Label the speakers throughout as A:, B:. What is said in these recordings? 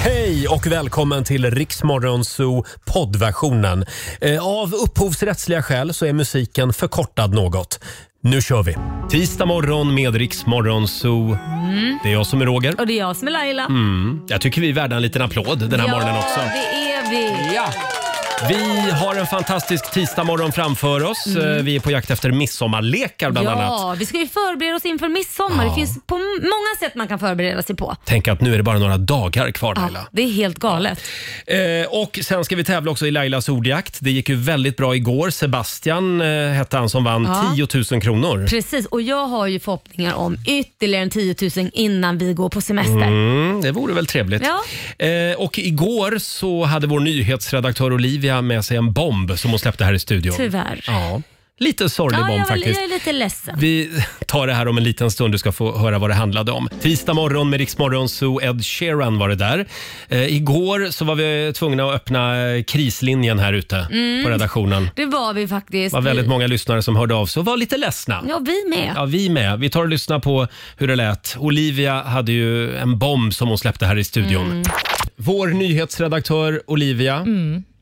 A: Hej och välkommen till Riksmorgonzoo poddversionen. Eh, Av upphovsrättsliga skäl så är musiken förkortad något. Nu kör vi! Tisdag morgon med Riksmorgonzoo. Det är jag som är Roger.
B: Mm. Och det är jag som är Laila.
A: Mm. Jag tycker vi är värda en liten applåd den här morgonen också.
B: Ja, det är vi.
A: Ja. Vi har en fantastisk tisdagmorgon framför oss. Eh, Vi är på jakt efter midsommarlekar bland annat.
B: Mm. Ja, vi ska ju förbereda oss inför midsommar.
A: Ja.
B: Det finns på m- många sätt man kan förbereda sig på.
A: Tänk att nu är det bara några dagar kvar
B: Ja,
A: Laila.
B: det är helt galet.
A: Eh, och sen ska vi tävla också i Lailas ordjakt. Det gick ju väldigt bra igår. Sebastian eh, hette han som vann
B: Ja.
A: 10 000 kronor.
B: Precis, och jag har ju förhoppningar om ytterligare en 10 000 innan vi går på semester.
A: Mm, det vore väl trevligt.
B: Ja.
A: Eh, och igår så hade vår nyhetsredaktör Olivia med sig en bomb som hon släppte här i studion.
B: Tyvärr.
A: Ja, lite sorglig
B: Ja,
A: bomb
B: jag,
A: faktiskt.
B: jag är lite ledsen.
A: Vi tar det här om en liten stund. Du ska få höra vad det handlade om. Tisdag morgon med Riksmorgon Zoo. Ed Sheeran var det där. Eh, igår så var vi tvungna att öppna eh, krislinjen här ute
B: Mm.
A: på redaktionen.
B: Det var vi faktiskt.
A: Det var väldigt många lyssnare som hörde av sig och var lite ledsna.
B: Mm. Ja, vi med.
A: Ja, vi med. Vi tar och lyssnar på hur det lät. Olivia hade ju en bomb som hon släppte här i studion. Vår nyhetsredaktör Olivia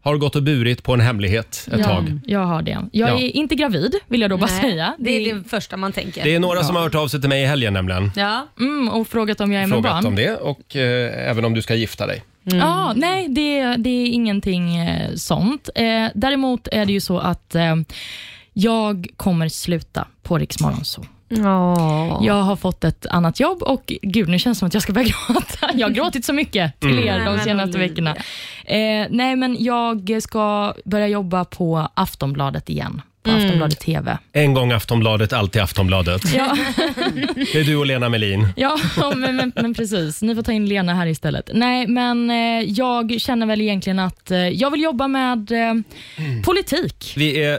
A: har gått och burit på en hemlighet ett
C: ja,
A: tag.
C: Jag har det. Jag
A: Ja.
C: är inte gravid, vill jag då bara
B: Nej,
C: säga.
B: Det är det första man tänker.
A: Det är några som har hört av sig till mig i helgen nämligen.
B: Ja.
C: Mm, och frågat om jag är med
A: Frågat
C: barn.
A: om det och eh, även om du ska gifta dig.
C: Ja,
B: Mm.
C: nej, det, det är ingenting eh, sånt. Eh, däremot är det ju så att eh, jag kommer sluta på Rix så.
B: Ja.
C: Jag har fått ett annat jobb och gud, nu känns det som att jag ska börja gråta. Jag har gråtit så mycket
A: Mm.
C: till er
B: Nej,
C: de
B: men
C: senaste
B: Olivia.
C: veckorna. Eh, nej, men jag ska börja jobba på Aftonbladet igen, på
B: Mm.
C: Aftonbladet TV.
A: En gång Aftonbladet, alltid Aftonbladet.
C: Ja.
A: Det är du och Lena Melin.
C: Ja, men, men, men precis. Ni får ta in Lena här istället. Nej, men eh, jag känner väl egentligen att eh, jag vill jobba med eh, politik.
A: Vi är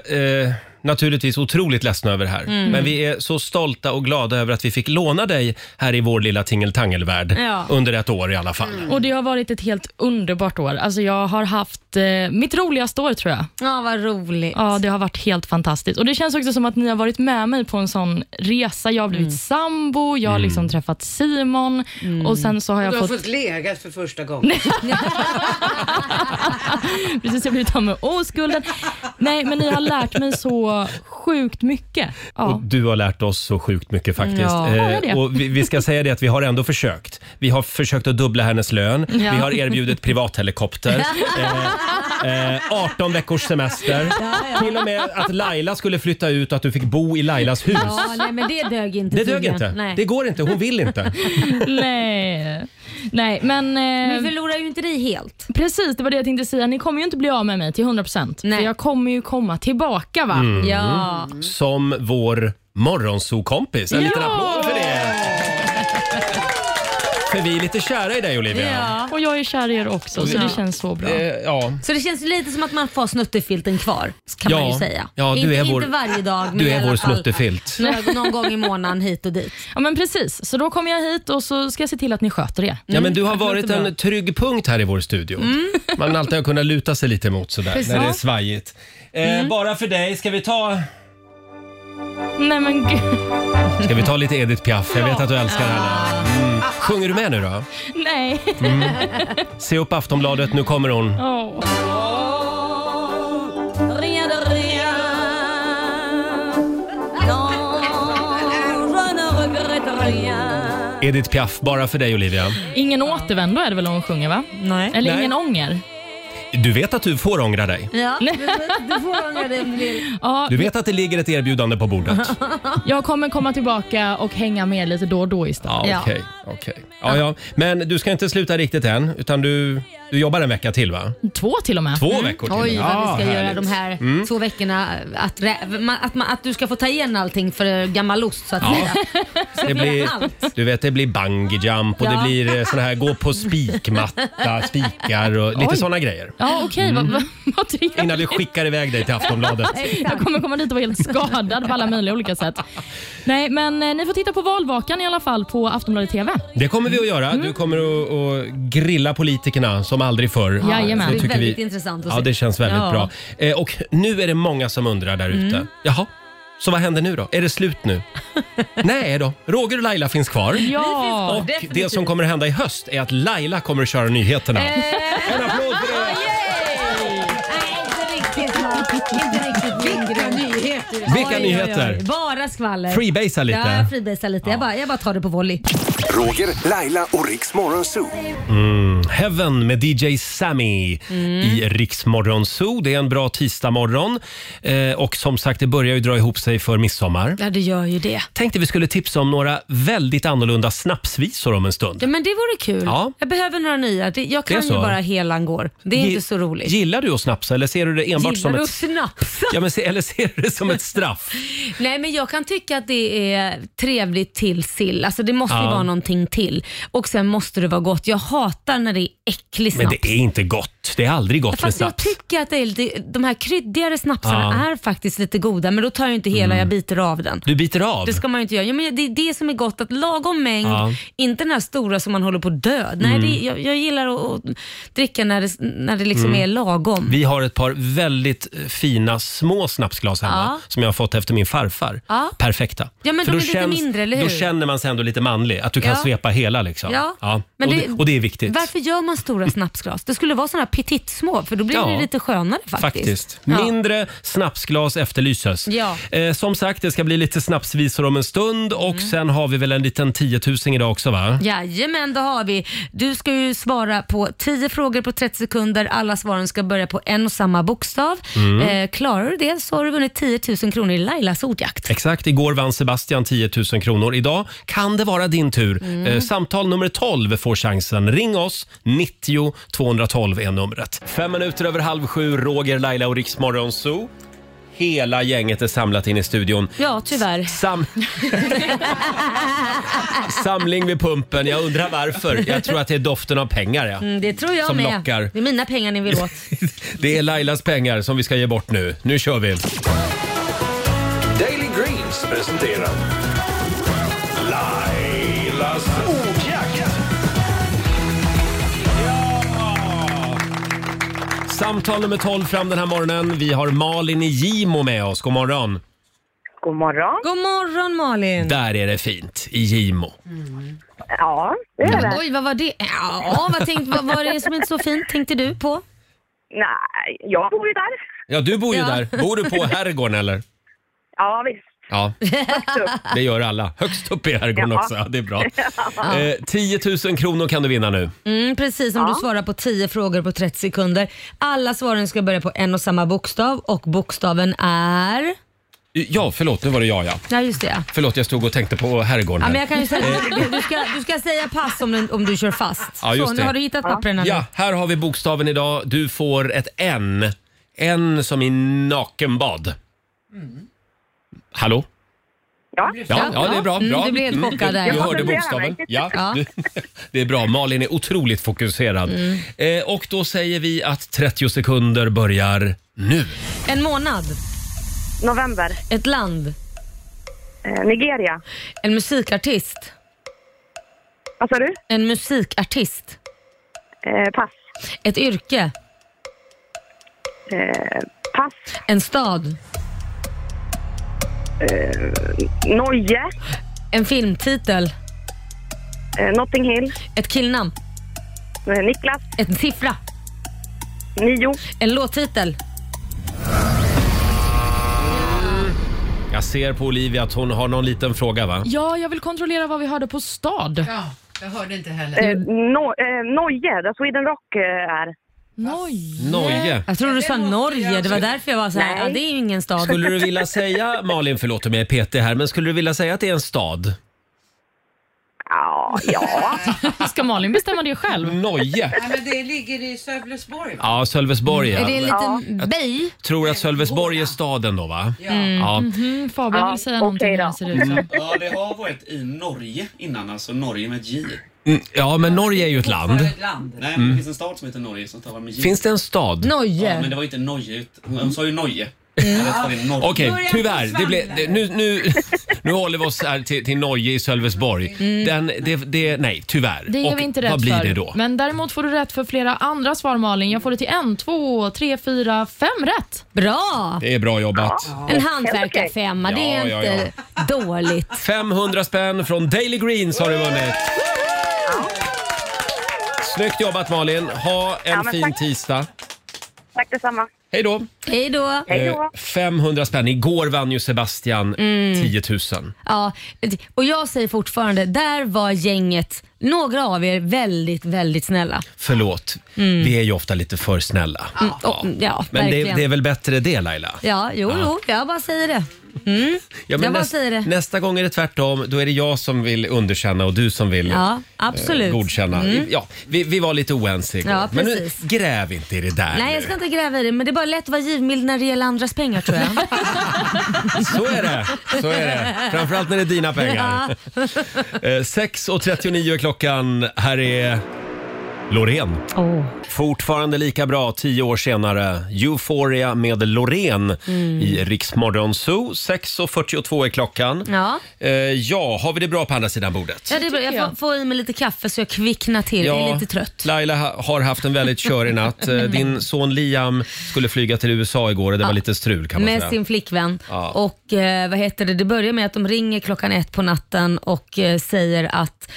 A: eh, naturligtvis otroligt ledsna över det här. Men vi är så stolta och glada över att vi fick låna dig här i vår lilla tingeltangelvärld.
B: Ja.
A: Under ett år i alla fall.
C: Och Det har varit ett helt underbart år. Alltså jag har haft eh, mitt roligaste år, tror jag.
B: ja, vad roligt.
C: Ja, Det har varit helt fantastiskt. Och Det känns också som att ni har varit med mig på en sån resa. Jag har blivit sambo, jag har liksom träffat Simon och sen så har jag
D: Du har
C: fått...
D: fått legat för första gången.
C: Precis, jag har blivit av med oskulden. Nej, men ni har lärt mig så sjukt mycket. Ja.
A: Och du har lärt oss så sjukt mycket faktiskt. Eh,
C: Ja. Ja, det är det.
A: och vi, vi ska säga det att vi har ändå försökt. Vi har försökt att dubbla hennes lön. Vi har erbjudit privathelikopter. eh, eh, 18 veckors semester. Till och med att Laila skulle flytta ut och att du fick bo i Lailas hus.
B: Ja, nej, men det dög inte.
A: Det dög
B: tydligen.
A: inte.
B: Nej.
A: Det går inte. Hon vill inte.
C: Nej. Nej, men...
B: Vi
C: Eh,
B: förlorar ju inte dig helt.
C: Precis, det var det jag tänkte säga. Ni kommer ju inte bli av med mig till 100%.
B: Nej.
C: För jag kommer ju komma tillbaka va?
A: Mm.
B: Ja.
A: Som vår morgonsokompis. En liten
C: Ja!
A: applåd för det. För vi är lite kära i dig Olivia.
B: ja.
C: Och jag är kär i er också, så
B: Ja.
C: det känns så bra.
A: Eh, ja.
B: Så det känns lite som att man får snuttefilten kvar, kan
A: Ja.
B: man ju säga.
A: Ja, du
B: inte,
A: är vår-
B: inte varje dag, men
A: Du
B: i
A: är
B: alla
A: vår
B: fall Mm,
A: snuttefilt.
B: några- Någon gång i månaden hit och dit.
C: Ja men precis, så då kommer jag hit och så ska jag se till att ni sköter er.
A: Ja, men du har varit en trygg punkt här i vår studio. Man alltid har kunnat luta sig lite mot sådär
C: Precis.
A: när det är svajigt. Eh, Bara för dig, ska vi, ta,
C: Nej men gud.
A: ska vi ta lite Edith Piaf? Jag vet att du älskar henne. Mm. Sjunger du med nu då?
C: Nej.
A: Se upp Aftonbladet, nu kommer hon.
C: Åh.
A: Edith Piaf, bara för dig Olivia.
C: Ingen återvändo är det väl hon sjunger va?
B: Nej.
C: Eller
A: Nej.
C: ingen ånger?
A: Du vet att du får ångra dig.
B: Ja, du, du får ångra dig om du vill.
C: Ja,
A: Du vet att det ligger ett erbjudande på bordet.
C: jag kommer komma tillbaka och hänga med er lite då och då istället.
A: Ja,
B: Ja.
A: Ah, okej. okej. Ja, ja. Men du ska inte sluta riktigt än, utan du, du jobbar en vecka till va?
C: Två till och med.
A: Två veckor till.
B: Mm. Oj, vad vi
A: Ja,
B: ska göra
A: härligt. Mm.
B: de här två veckorna. Att, rä- ma- att, ma- att du ska få ta igen allting för gammal ost, så att säga.
A: Det blir, du vet, det blir bungee jump och
B: Ja.
A: det blir eh, sån här gå på spikmatta, spikar och lite
C: Oj.
A: såna grejer.
C: Ja okej,
A: Mm.
C: vad- vad- vad trevligt.
A: Innan vi skickar iväg dig till Aftonbladet.
C: Jag kommer komma dit och vara helt skadad på alla möjliga olika sätt. Nej, men eh, ni får titta på valvakan i alla fall på Aftonbladet TV.
A: Det kommer vi att göra.
B: Mm.
A: Du kommer att, att grilla politikerna som aldrig förr.
C: Jajamän.
B: Det är
A: tycker
B: väldigt
A: vi-
B: intressant att
A: Ja,
B: se.
A: det känns väldigt
C: Ja.
A: bra. Eh, och nu är det många som undrar där ute. Jaha, Så vad händer nu då? Är det slut nu? Nej då, Roger och Laila finns kvar.
C: Ja!
A: Och det
B: definitivt.
A: som kommer att hända i höst är att Laila kommer att köra nyheterna. En applåd för det!
B: Nej, inte riktigt. va? Inte riktigt. Vilka nyheter.
A: Vilka nyheter?
B: Bara skvaller.
A: Freebasea lite.
B: Ja, jag freebasar lite. Jag, bara, jag bara tar det på volley.
D: Roger, Laila och Riks Morgonzoo.
A: Heaven med DJ Sammy i Riksmorgon Zoo. Det är en bra tisdagmorgon eh, och som sagt det börjar ju dra ihop sig för midsommar.
B: Ja, det gör ju det.
A: Tänkte vi skulle tipsa om några väldigt annorlunda snapsvisor om en stund.
B: Ja, men det vore kul.
A: Ja.
B: Jag behöver några nya. Det- Jag
A: är
B: kan ju
A: så.
B: bara helan går. Det är
A: Gi-
B: inte så roligt.
A: Gillar du att snapsa eller ser du det enbart
B: Gillar
A: som
B: du
A: ett...
B: att snapsa?
A: Ja, men se, eller ser du det som ett straff?
B: Nej men jag kan tycka att det är trevligt till sill. Alltså det måste ju
A: Ja.
B: vara någonting till. Och sen måste det vara gott. Jag hatar när det är äcklig
A: Men
B: snaps.
A: det är inte gott. Det är aldrig gott med
B: Fast jag
A: snaps.
B: tycker att det är lite, de här kryddigare snapsarna
A: Ja. Mm.
B: är faktiskt lite goda men då tar jag ju inte hela, jag biter av den.
A: Du biter av.
B: Det ska man ju inte göra. Ja, men det är det som är gott, att lagom mängd,
A: Ja. Mm.
B: inte den här stora som man håller på att dö. Nej, det, jag, jag gillar att, att dricka när det, när det liksom är lagom.
A: Vi har ett par väldigt eh, fina små snapsglas hemma
B: Ja.
A: som jag har fått efter min farfar.
B: Ja.
A: Perfekta.
B: Ja, men
A: För
B: de
A: då
B: är lite mindre, eller
A: Då
B: hur?
A: känner man sig ändå lite manlig, att du kan
B: Ja.
A: svepa hela. Liksom.
B: Ja.
A: Men
B: Men
A: och, det,
B: det-
A: och det är viktigt.
B: Varför gör man stora snapsglas? Det skulle vara såna petit små för då blir
A: Ja.
B: det lite skönare faktiskt.
A: Faktiskt.
B: Ja.
A: Mindre snapsglas efterlyses.
B: Ja.
A: Eh, som sagt, det ska bli lite snapsvisor om en stund och
B: Mm.
A: sen har vi väl en liten tiotusing idag också va?
B: Jajamän, då har vi. Du ska ju svara på 10 frågor på 30 sekunder. Alla svaren ska börja på en och samma bokstav.
A: Mm.
B: Eh, klarar du det så har du vunnit 10 000 kronor i Lailas ordjakt.
A: Exakt, igår vann Sebastian 10 000 kronor. Idag kan det vara din tur. Eh, samtal nummer 12 får chansen. Ring oss, 90 212 är numret. Fem minuter över halv sju, Roger, Laila och Riksmorgon Zoo. Hela gänget är samlat in i studion.
B: Ja, tyvärr.
A: Sam... Samling vid pumpen, jag undrar varför. Jag tror att det är doften av pengar. Ja.
B: Mm, Det tror jag
A: Som
B: med.
A: lockar.
B: Det är mina pengar ni vill åt.
A: Det är Lailas pengar som vi ska ge bort nu. Nu kör vi!
D: Daily Greens presenterar Lailas ordjakt.
A: Samtal nummer 12 fram den här morgonen. Vi har Malin i Gimo med oss. God morgon!
E: God morgon.
B: God morgon Malin.
A: Där är det fint, i Gimo.
E: Ja, det
F: Mm.
E: är det.
B: Oj, vad var det? Ja, vad, tänkte, vad var det som inte så fint tänkte du på?
E: Nej, jag bor ju där.
A: Ja, du bor ju
B: Ja.
A: där. Bor du på herrgården eller?
E: Ja, visst.
A: Ja, det gör alla. Högst upp i herrgården
E: Ja.
A: också. Det är bra. Eh, 10 000 kronor kan du vinna nu.
B: Mm, precis, om du svarar på 10 frågor på 30 sekunder. Alla svaren ska börja på en och samma bokstav och bokstaven är...
A: Ja, förlåt. Nu var det jag ja.
B: Ja, just det.
A: Förlåt, jag stod och tänkte på herrgården.
B: Ja,
A: här.
B: men jag kan ju säga, du, du, ska, du ska säga pass om du, om du kör fast.
A: Eh. Ja, just
B: Så, nu
A: det.
B: har du hittat papperna nu.
A: Ja, här har vi bokstaven idag. Du får ett N. N som i nakenbad.
B: Mm.
A: Hallå?
E: Ja.
A: Ja, ja, det är bra.
B: Mm,
A: bra.
B: du blev helt chockad där.
A: du, du
B: Jag
A: hörde
E: koncentrerade
A: bokstaven.
E: mig.
A: Ja,
B: Ja. Mm.
A: Du, det är bra. Malin är otroligt fokuserad. Eh, och då säger vi att 30 sekunder börjar nu.
B: En månad,
E: November.
B: ett land,
E: Eh, Nigeria.
B: en musikartist,
E: Vad sa du?
B: en musikartist,
E: Eh, pass.
B: ett yrke,
E: Eh, pass.
B: en stad,
E: Norge.
B: en filmtitel,
E: Eh, Notting Hill.
B: ett killnamn,
E: Eh, Niklas.
B: en siffra,
E: Nio.
B: en låttitel.
A: Jag ser på Olivia att hon har någon liten fråga, va?
C: Ja, jag vill kontrollera vad vi hörde på stad.
G: Ja, jag hörde inte heller.
E: Eh, no, eh, Norge, där Sweden Rock eh, är.
C: Noj.
A: Norge.
B: Jag tror du sa Norge, det var därför jag var så här,
E: Nej.
B: ja, det är ju ingen stad.
A: Skulle du vilja säga, Malin, förlåt om jag är petig här, men skulle du vilja säga att det är en stad?
E: Ja, ja.
C: Ska Malin bestämma det själv?
A: Norge.
G: Nej, men det ligger i Sölvesborg. va?
A: Ja, Sölvesborg.
B: Mm. Är det
A: Ja.
B: en liten by?
A: Tror att Sölvesborg är staden då, va?
G: Ja.
A: Ja.
C: Mm, Fabian
E: Ja,
C: vill säga
E: okej
C: någonting
E: då.
C: här, ser det ut som.
H: Ja, det har varit i Norge innan, alltså Norge med ett J.
A: Mm, ja, men Norge är ju ett
B: Mm.
A: land.
G: Ett land.
H: Nej, men det finns en stad som heter Norge som talar med J.
A: Finns det en stad?
H: Ja, men
B: Norge.
H: Mm. det Mm. var ju inte Norge, utan- hon sa ju Norge. Jag vet vad det är Norge.
A: Okej, tyvärr. Det blev, det, nu, nu, Nu håller vi oss här till, till Norge i Sölvesborg. Den, det, det, nej, tyvärr.
C: Mm. Det gör
A: Och
C: vi inte rätt
A: vad blir
C: för.
A: det då?
C: Men däremot får du rätt för flera andra svar Malin. Jag får det till en, två, tre, fyra, fem rätt.
B: Bra!
A: Det är bra jobbat.
B: En hantverkarfemma, det är
A: Ja, ja,
B: inte dåligt.
A: 500 spänn från Daily Greens har du vunnit. Snyggt jobbat Malin. Ha en
E: Ja, men
A: fin
E: tack.
A: tisdag.
E: Tack detsamma.
A: Hej då.
B: Hej då.
E: Hej då.
A: Eh, 500 spänn. Igår vann ju Sebastian
C: Mm.
A: 10 000.
B: Ja, och jag säger fortfarande, där var gänget, några av er, väldigt, väldigt snälla.
A: Förlåt,
C: Mm.
A: vi är ju ofta lite för snälla.
B: Ja, ja
A: Men det,
B: verkligen.
A: det är väl bättre det Laila?
B: Ja, jo, jo, jag bara säger det.
A: Ja,
B: Jag bara säger det.
A: Nästa gång är det tvärtom. Då är det jag som vill underkänna och du som vill
B: Ja,
A: eh,
B: absolut. Mm.
A: godkänna. Ja, vi, vi var lite oense igår.
B: Ja,
A: Men nu,
B: precis.
A: gräv inte i det där
B: Nej, jag ska inte gräva i det, men det är bara lätt att vara givmild när det gäller andras pengar tror jag.
A: nu. Så är det. Så är det. Framförallt när det är dina pengar. Eh, 6.39 är klockan. Här är Loreen.
B: Åh.
A: Fortfarande lika bra tio år senare. Euphoria med Loreen
B: Mm.
A: i Riksmorgon Zoo. 6.42 är klockan.
B: Ja.
A: Eh, ja, har vi det bra på andra sidan bordet?
B: Ja, det är bra. Jag får, får i mig lite kaffe så jag kvicknar till. Jag är lite trött.
A: Laila ha- har haft en väldigt körig natt. Eh, Din son Liam skulle flyga till USA igår och det var lite strul kan man
B: Med
A: säga.
B: sin flickvän.
A: Ja.
B: Och eh, vad heter det? Det börjar med att de ringer klockan ett på natten och eh, säger att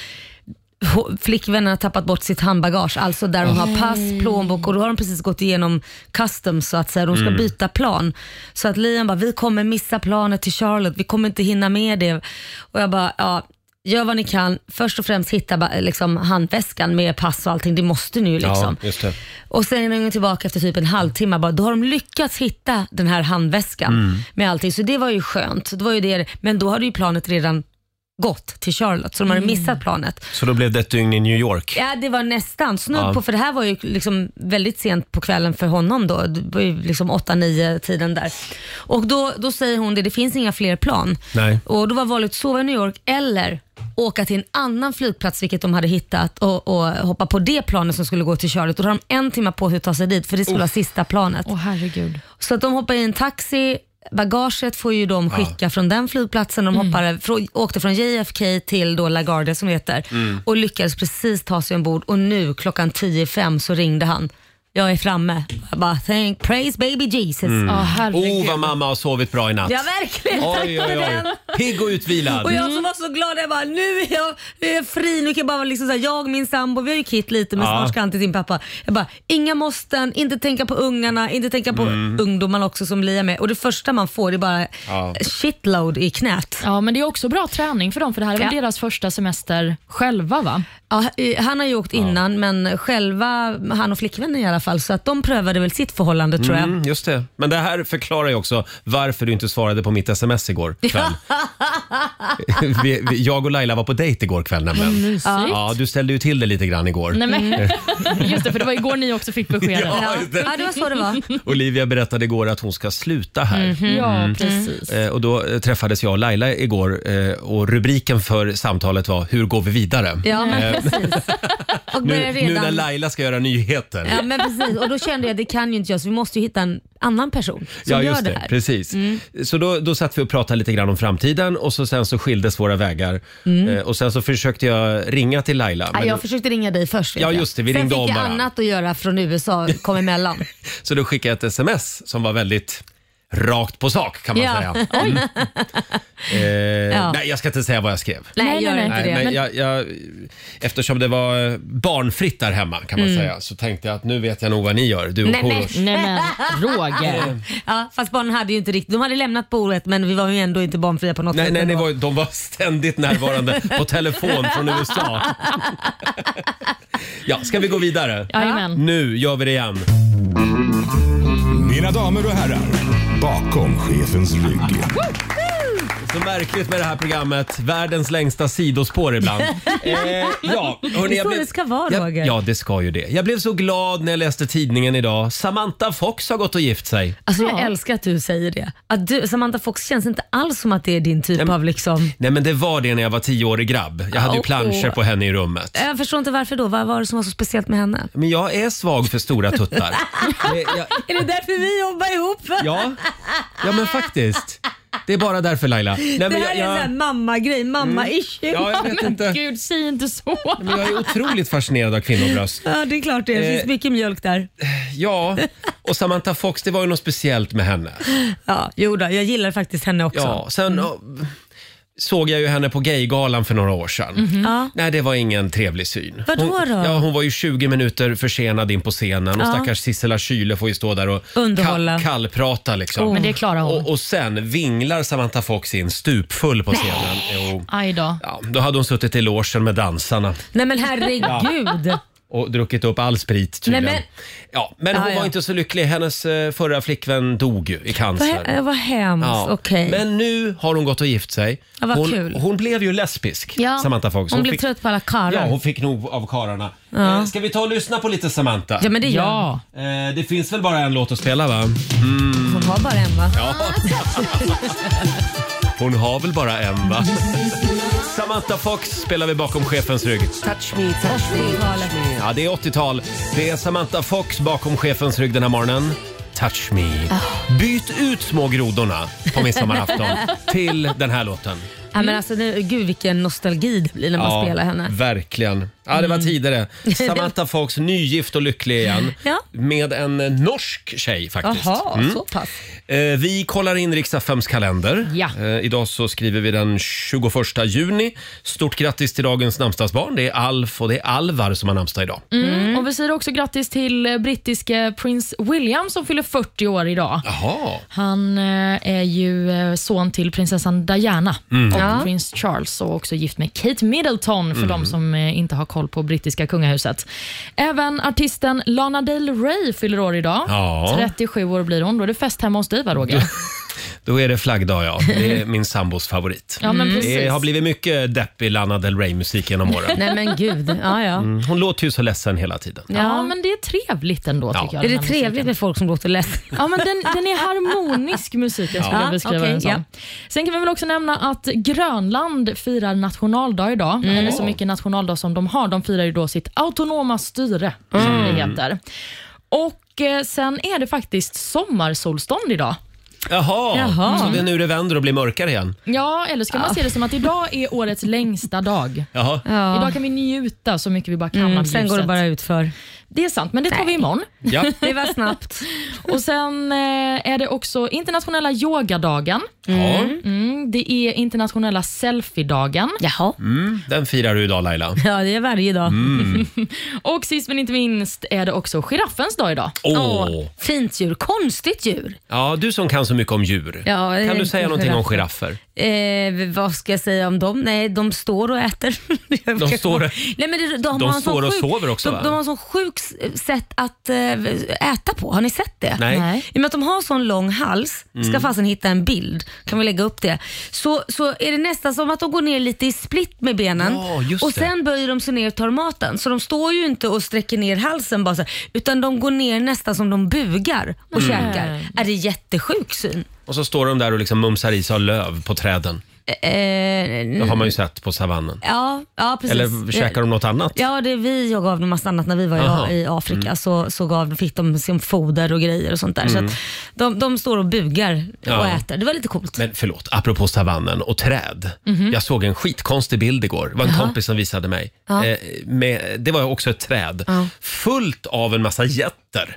B: ho- flickvännen har tappat bort sitt handbagage, alltså där hon har pass, plånbok och då har de precis gått igenom customs så att säga. De
A: Mm.
B: ska byta plan. Så att Liam bara, vi kommer missa planet till Charlotte, vi kommer inte hinna med det. Och jag bara, ja, gör vad ni kan. Först och främst hitta ba- liksom, handväskan med pass och allting, det måste ni ju liksom.
A: Ja, just det.
B: Och sen är hon tillbaka efter typ en halvtimme bara, då har de lyckats hitta den här handväskan med allting. Så det var ju skönt. Det var ju det. Men då hade ju planet redan gått till Charlotte, så de hade missat planet.
A: Så då blev det ett dygn i New York.
B: Ja, det var nästan snudd
A: Ja.
B: på, för det här var ju liksom väldigt sent på kvällen för honom då. Det var ju liksom 8-9 tiden där. Och då, då säger hon det, det finns inga fler plan.
A: Nej.
B: Och då var valet sova i New York eller åka till en annan flygplats, vilket de hade hittat, och, och hoppa på det planet som skulle gå till Charlotte. Och då har de en timme på sig att ta sig dit, för det
A: Oh.
B: skulle vara sista planet.
C: Åh herregud.
B: Så att de hoppar i en taxi, bagaget får ju de skicka från den flygplatsen. De hoppade, frå, åkte från JFK till då LaGuardia som det heter och lyckades precis ta sig ombord och nu klockan 10.05 så ringde han. Jag är framme. Jag bara, thank, praise baby Jesus.
C: Åh herregud.
A: Oh, vad mamma har sovit bra i natt.
B: Ja verkligen.
A: Oj, oj, oj. Pigg och utvilad.
B: Och jag som var så glad, jag bara nu är jag, nu är jag fri, nu kan jag bara vara liksom så här, jag och min sambo, vi har ju kitt lite men
A: Ja.
B: snart ska han till sin pappa. Jag bara, inga måsten, inte tänka på ungarna, inte tänka på ungdomarna också som Liam med. Och det första man får det är bara
A: Mm. Ja.
B: shitload i knät.
C: Ja, men det är också bra träning för dem, för det här är väl
B: Ja.
C: deras första semester själva va?
B: Ja, eh, han har ju åkt innan men själva, han och flickvännen i alla fall, så att de prövade väl sitt förhållande tror jag.
A: Mm, just det. Men det här förklarar ju också varför du inte svarade på mitt sms igår kväll. vi, vi, jag och Laila var på dejt igår kväll nämligen. Ja, du ställde ju till det lite grann igår.
C: Nej, men, just det, för det var igår ni också fick beskedet.
A: Ja.
B: Ja,
A: just det.
B: ja det var så det var.
A: Olivia berättade igår att hon ska sluta här.
B: Mhm.
C: Ja, precis.
A: Eh, Och då eh, träffades jag och Laila igår eh, och rubriken för samtalet var “Hur går vi vidare?”
B: Ja, men precis. Och
A: nu,
B: börjar
A: nu när
B: redan...
A: Laila ska göra nyheter.
B: Ja men precis och då kände jag det kan ju inte jag så vi måste ju hitta en annan person som
A: Ja,
B: gör
A: just
B: det,
A: det.
B: här. Mm.
A: Precis. Så då, då satt vi och pratade lite grann om framtiden och så sen så skildes våra vägar. Eh, och sen så försökte jag ringa till Laila.
B: Mm. Ja,
A: men
B: jag
A: då-
B: försökte ringa dig först. vet
A: Ja,
B: jag.
A: just det, vi
B: Sen
A: ringde om
B: fick jag
A: varandra.
B: annat att göra från USA, kom emellan.
A: Så då skickade jag ett sms som var väldigt rakt på sak kan man
B: Ja.
A: säga. Mm. Eh,
B: Ja.
A: Nej, jag ska inte säga vad jag skrev.
B: Nej,
C: Nej,
B: gör
C: nej,
B: inte
A: Nej,
B: det.
A: men jag, jag, eftersom det var eh, barnfritt där hemma kan man säga så tänkte jag att nu vet jag nog vad ni gör, du och
B: Mm. Nej, men-
A: Korosh.
C: Nej men Roger.
B: Ja, fast barnen hade ju inte riktigt, de hade lämnat bordet men vi var ju ändå inte barnfria på något
A: Nej,
B: sätt.
A: nej, ni
B: ändå.
A: var, de var ständigt närvarande på telefon från USA. Ja, ska vi gå vidare?
C: Jajamän.
A: Nu gör vi det igen.
I: Mina damer och herrar, bakom chefens rygg.
A: Så märkligt med det här programmet. Världens längsta sidospår ibland. Eh, ja, hörni,
B: Det är
A: jag
B: så
A: blev-
B: det ska vara,
A: jag,
B: Roger.
A: Ja, det ska ju det. Jag blev så glad när jag läste tidningen idag. Samantha Fox har gått och gift sig.
B: Alltså jag älskar att du säger det. Att du, Samantha Fox känns inte alls som att det är din typ av liksom...
A: Nej, men det var det när jag var tioårig grabb. Jag hade ju
B: Åh.
A: planscher på henne i rummet.
B: Jag förstår inte varför då, vad var det som var så speciellt med henne?
A: Men jag är svag för stora tuttar. Eh, jag,
B: Är det därför vi jobbar ihop?
A: ja, ja, men faktiskt. Det är bara därför Laila. Nej, men
B: Det här
A: jag,
B: är en sån här
A: jag,
B: mamma-grej, mamma-issue.
A: ja, jag vet inte.
C: Gud, säg inte så.
A: Men jag är otroligt fascinerad av kvinnobröst.
B: Ja, det är klart det. Det finns
A: Eh.
B: mycket mjölk där.
A: Ja, och Samantha Fox, det var ju något speciellt med henne.
B: Ja, jo då, jag gillar faktiskt henne också.
A: Ja, sen ja, såg jag ju henne på Gaygalan för några år sedan.
B: Ja.
A: Nej, det var ingen trevlig syn.
B: Vadå
A: hon,
B: då?
A: Ja, hon var ju 20 minuter försenad in på scenen och
B: Ja.
A: stackars Sissela Kyle får ju stå där och
B: Underhålla. Oh.
A: ka- kallprata liksom.
C: Men det klarar hon.
A: Och, och sen vinglar Samantha Fox in stupfull på scenen. Jo.
C: Aj då.
A: Ja, då hade hon suttit i logen med dansarna
B: Nej men herregud.
A: och druckit upp all sprit tydligen.
B: Nej, men-
A: ja, men hon
B: Ja, ja.
A: var inte så lycklig. Hennes eh, förra flickvän dog ju i
B: Vad,
A: cancer.
B: he- vad hemskt.
A: Ja.
B: Okej.
A: Men nu har hon gått och gift sig.
B: Ja, vad
A: hon,
B: kul.
A: hon blev ju lesbisk,
C: Ja.
A: Samantha Fox.
B: Hon blev
A: fick,
B: trött på alla karlar.
A: Ja,
B: Ja,
A: hon fick nog av kararna. Eh, Ska vi ta och lyssna på lite Samantha?
B: men det gör ja.
C: Ja.
A: Eh, det finns väl bara en låt att spela va?
B: Hon har bara en va?
A: Hon har väl bara en va? Samantha Fox spelar vi bakom chefens rygg.
B: Touch me, touch me.
A: Ja, det är 80-tal. Det är Samantha Fox bakom chefens rygg den här morgonen. Touch me.
B: Ah.
A: Byt ut små grodorna på midsommarafton till den här låten.
B: Ja, men alltså, nu, gud vilken nostalgi det blir när man spelar henne.
A: Verkligen. Ja, det var tidigare. Samantha Fox, nygift och lycklig igen.
B: Ja.
A: Med en eh, norsk tjej faktiskt.
B: Jaha,
C: Mm.
B: så pass.
A: Eh, Vi kollar in Riks-FMs kalender.
C: Ja.
A: Eh, Idag så skriver vi den 21 juni. Stort grattis till dagens namnsdagsbarn. Det är Alf och det är Alvar som har namnsdag idag.
C: Mm. Och Vi säger också grattis till eh, brittiske prins William som fyller 40 år idag.
A: Jaha.
C: Han eh, är ju eh, son till prinsessan Diana och prins Charles och också gift med Kate Middleton för de som eh, inte har koll på brittiska kungahuset. Även artisten Lana Del Rey fyller år idag.
A: Ja.
C: 37 år blir hon. Då är det fest hemma hos dig va Roger?
A: Då är det flaggdag ja. Det är min sambos favorit. Mm.
C: Ja, men precis.
A: Det har blivit mycket deppig Lana Del Rey-musik genom åren.
B: Nej men gud. Ja, ja.
A: Hon låter ju så ledsen hela tiden.
C: Ja, men det är trevligt ändå tycker
B: Är
C: jag. den
B: det
C: här musiken.
B: trevligt med folk som låter ledsna?
C: Ja, men den, den är harmonisk musik, jag skulle
B: Ja.
C: beskriva
B: Okej,
C: den som.
B: ja.
C: Sen kan vi väl också nämna att Grönland firar nationaldag idag. Eller så mycket nationaldag som de har. De firar ju då sitt autonoma styre, som det heter. Och eh, sen är det faktiskt sommarsolstånd idag.
A: Jaha,
B: Jaha.
A: så det är nu det vänder och blir mörkare igen.
C: Ja, eller ska man se det som att idag är årets längsta dag.
A: Jaha.
C: Idag kan vi njuta så mycket vi bara kan av
B: Mm,
C: ljuset.
B: sen går det bara utför.
C: Det är sant, men det tar vi imorgon.
A: Ja.
B: Det var snabbt.
C: Och sen eh, är det också internationella yogadagen.
A: Ja,
C: Mm, det är internationella selfiedagen.
B: Jaha.
A: den firar du idag Laila.
B: Ja, det är varje dag.
A: Mm.
C: Och sist men inte minst är det också giraffens dag idag.
A: Åh!
B: Åh, fint djur. Konstigt djur.
A: Ja, du som kan så mycket om djur.
B: Ja,
A: kan
B: eh,
A: du säga någonting om giraffer?
B: Eh, vad ska jag säga om dem? Nej, de står och äter.
A: De står-
B: Nej, men det, de har
A: de
B: en sån
A: står och
B: sjuk-
A: sover också, va?
B: De, de har en sån sjuk s- sätt att eh, äta på. Har ni sett det?
A: Nej. Mm.
C: Nej.
B: I och med att de har sån lång hals, ska fasen hitta en bild, kan vi lägga upp det. Så, så är det nästan som att de går ner lite i split med benen
A: Ja, just
B: och
A: det.
B: sen böjer de sig ner och tar maten. Så de står ju inte och sträcker ner halsen bara så, här, utan de går ner nästan som de bugar och
A: Mm.
B: käkar. Är det jättesjuk syn?
A: Och så står de där och liksom mumsar i sig av löv på träden.
B: Eh,
A: Det har man ju sett på savannen.
B: Ja, ja Mm. precis. Eh,
A: Eller käkar de något annat?
B: Ja, det, vi jag gav dem massa annat när vi var
A: Aha. Mm.
B: i, i Afrika. Så, så gav, fick de som foder och grejer och sånt där. Så att de, de står och bugar och
A: Ja.
B: äter. Det var lite coolt.
A: Men förlåt, apropå savannen och träd.
B: Mhm.
A: Jag såg en skitkonstig bild igår. Det var en kompis som visade mig. Eh, med, det var också ett träd fullt av en massa getter.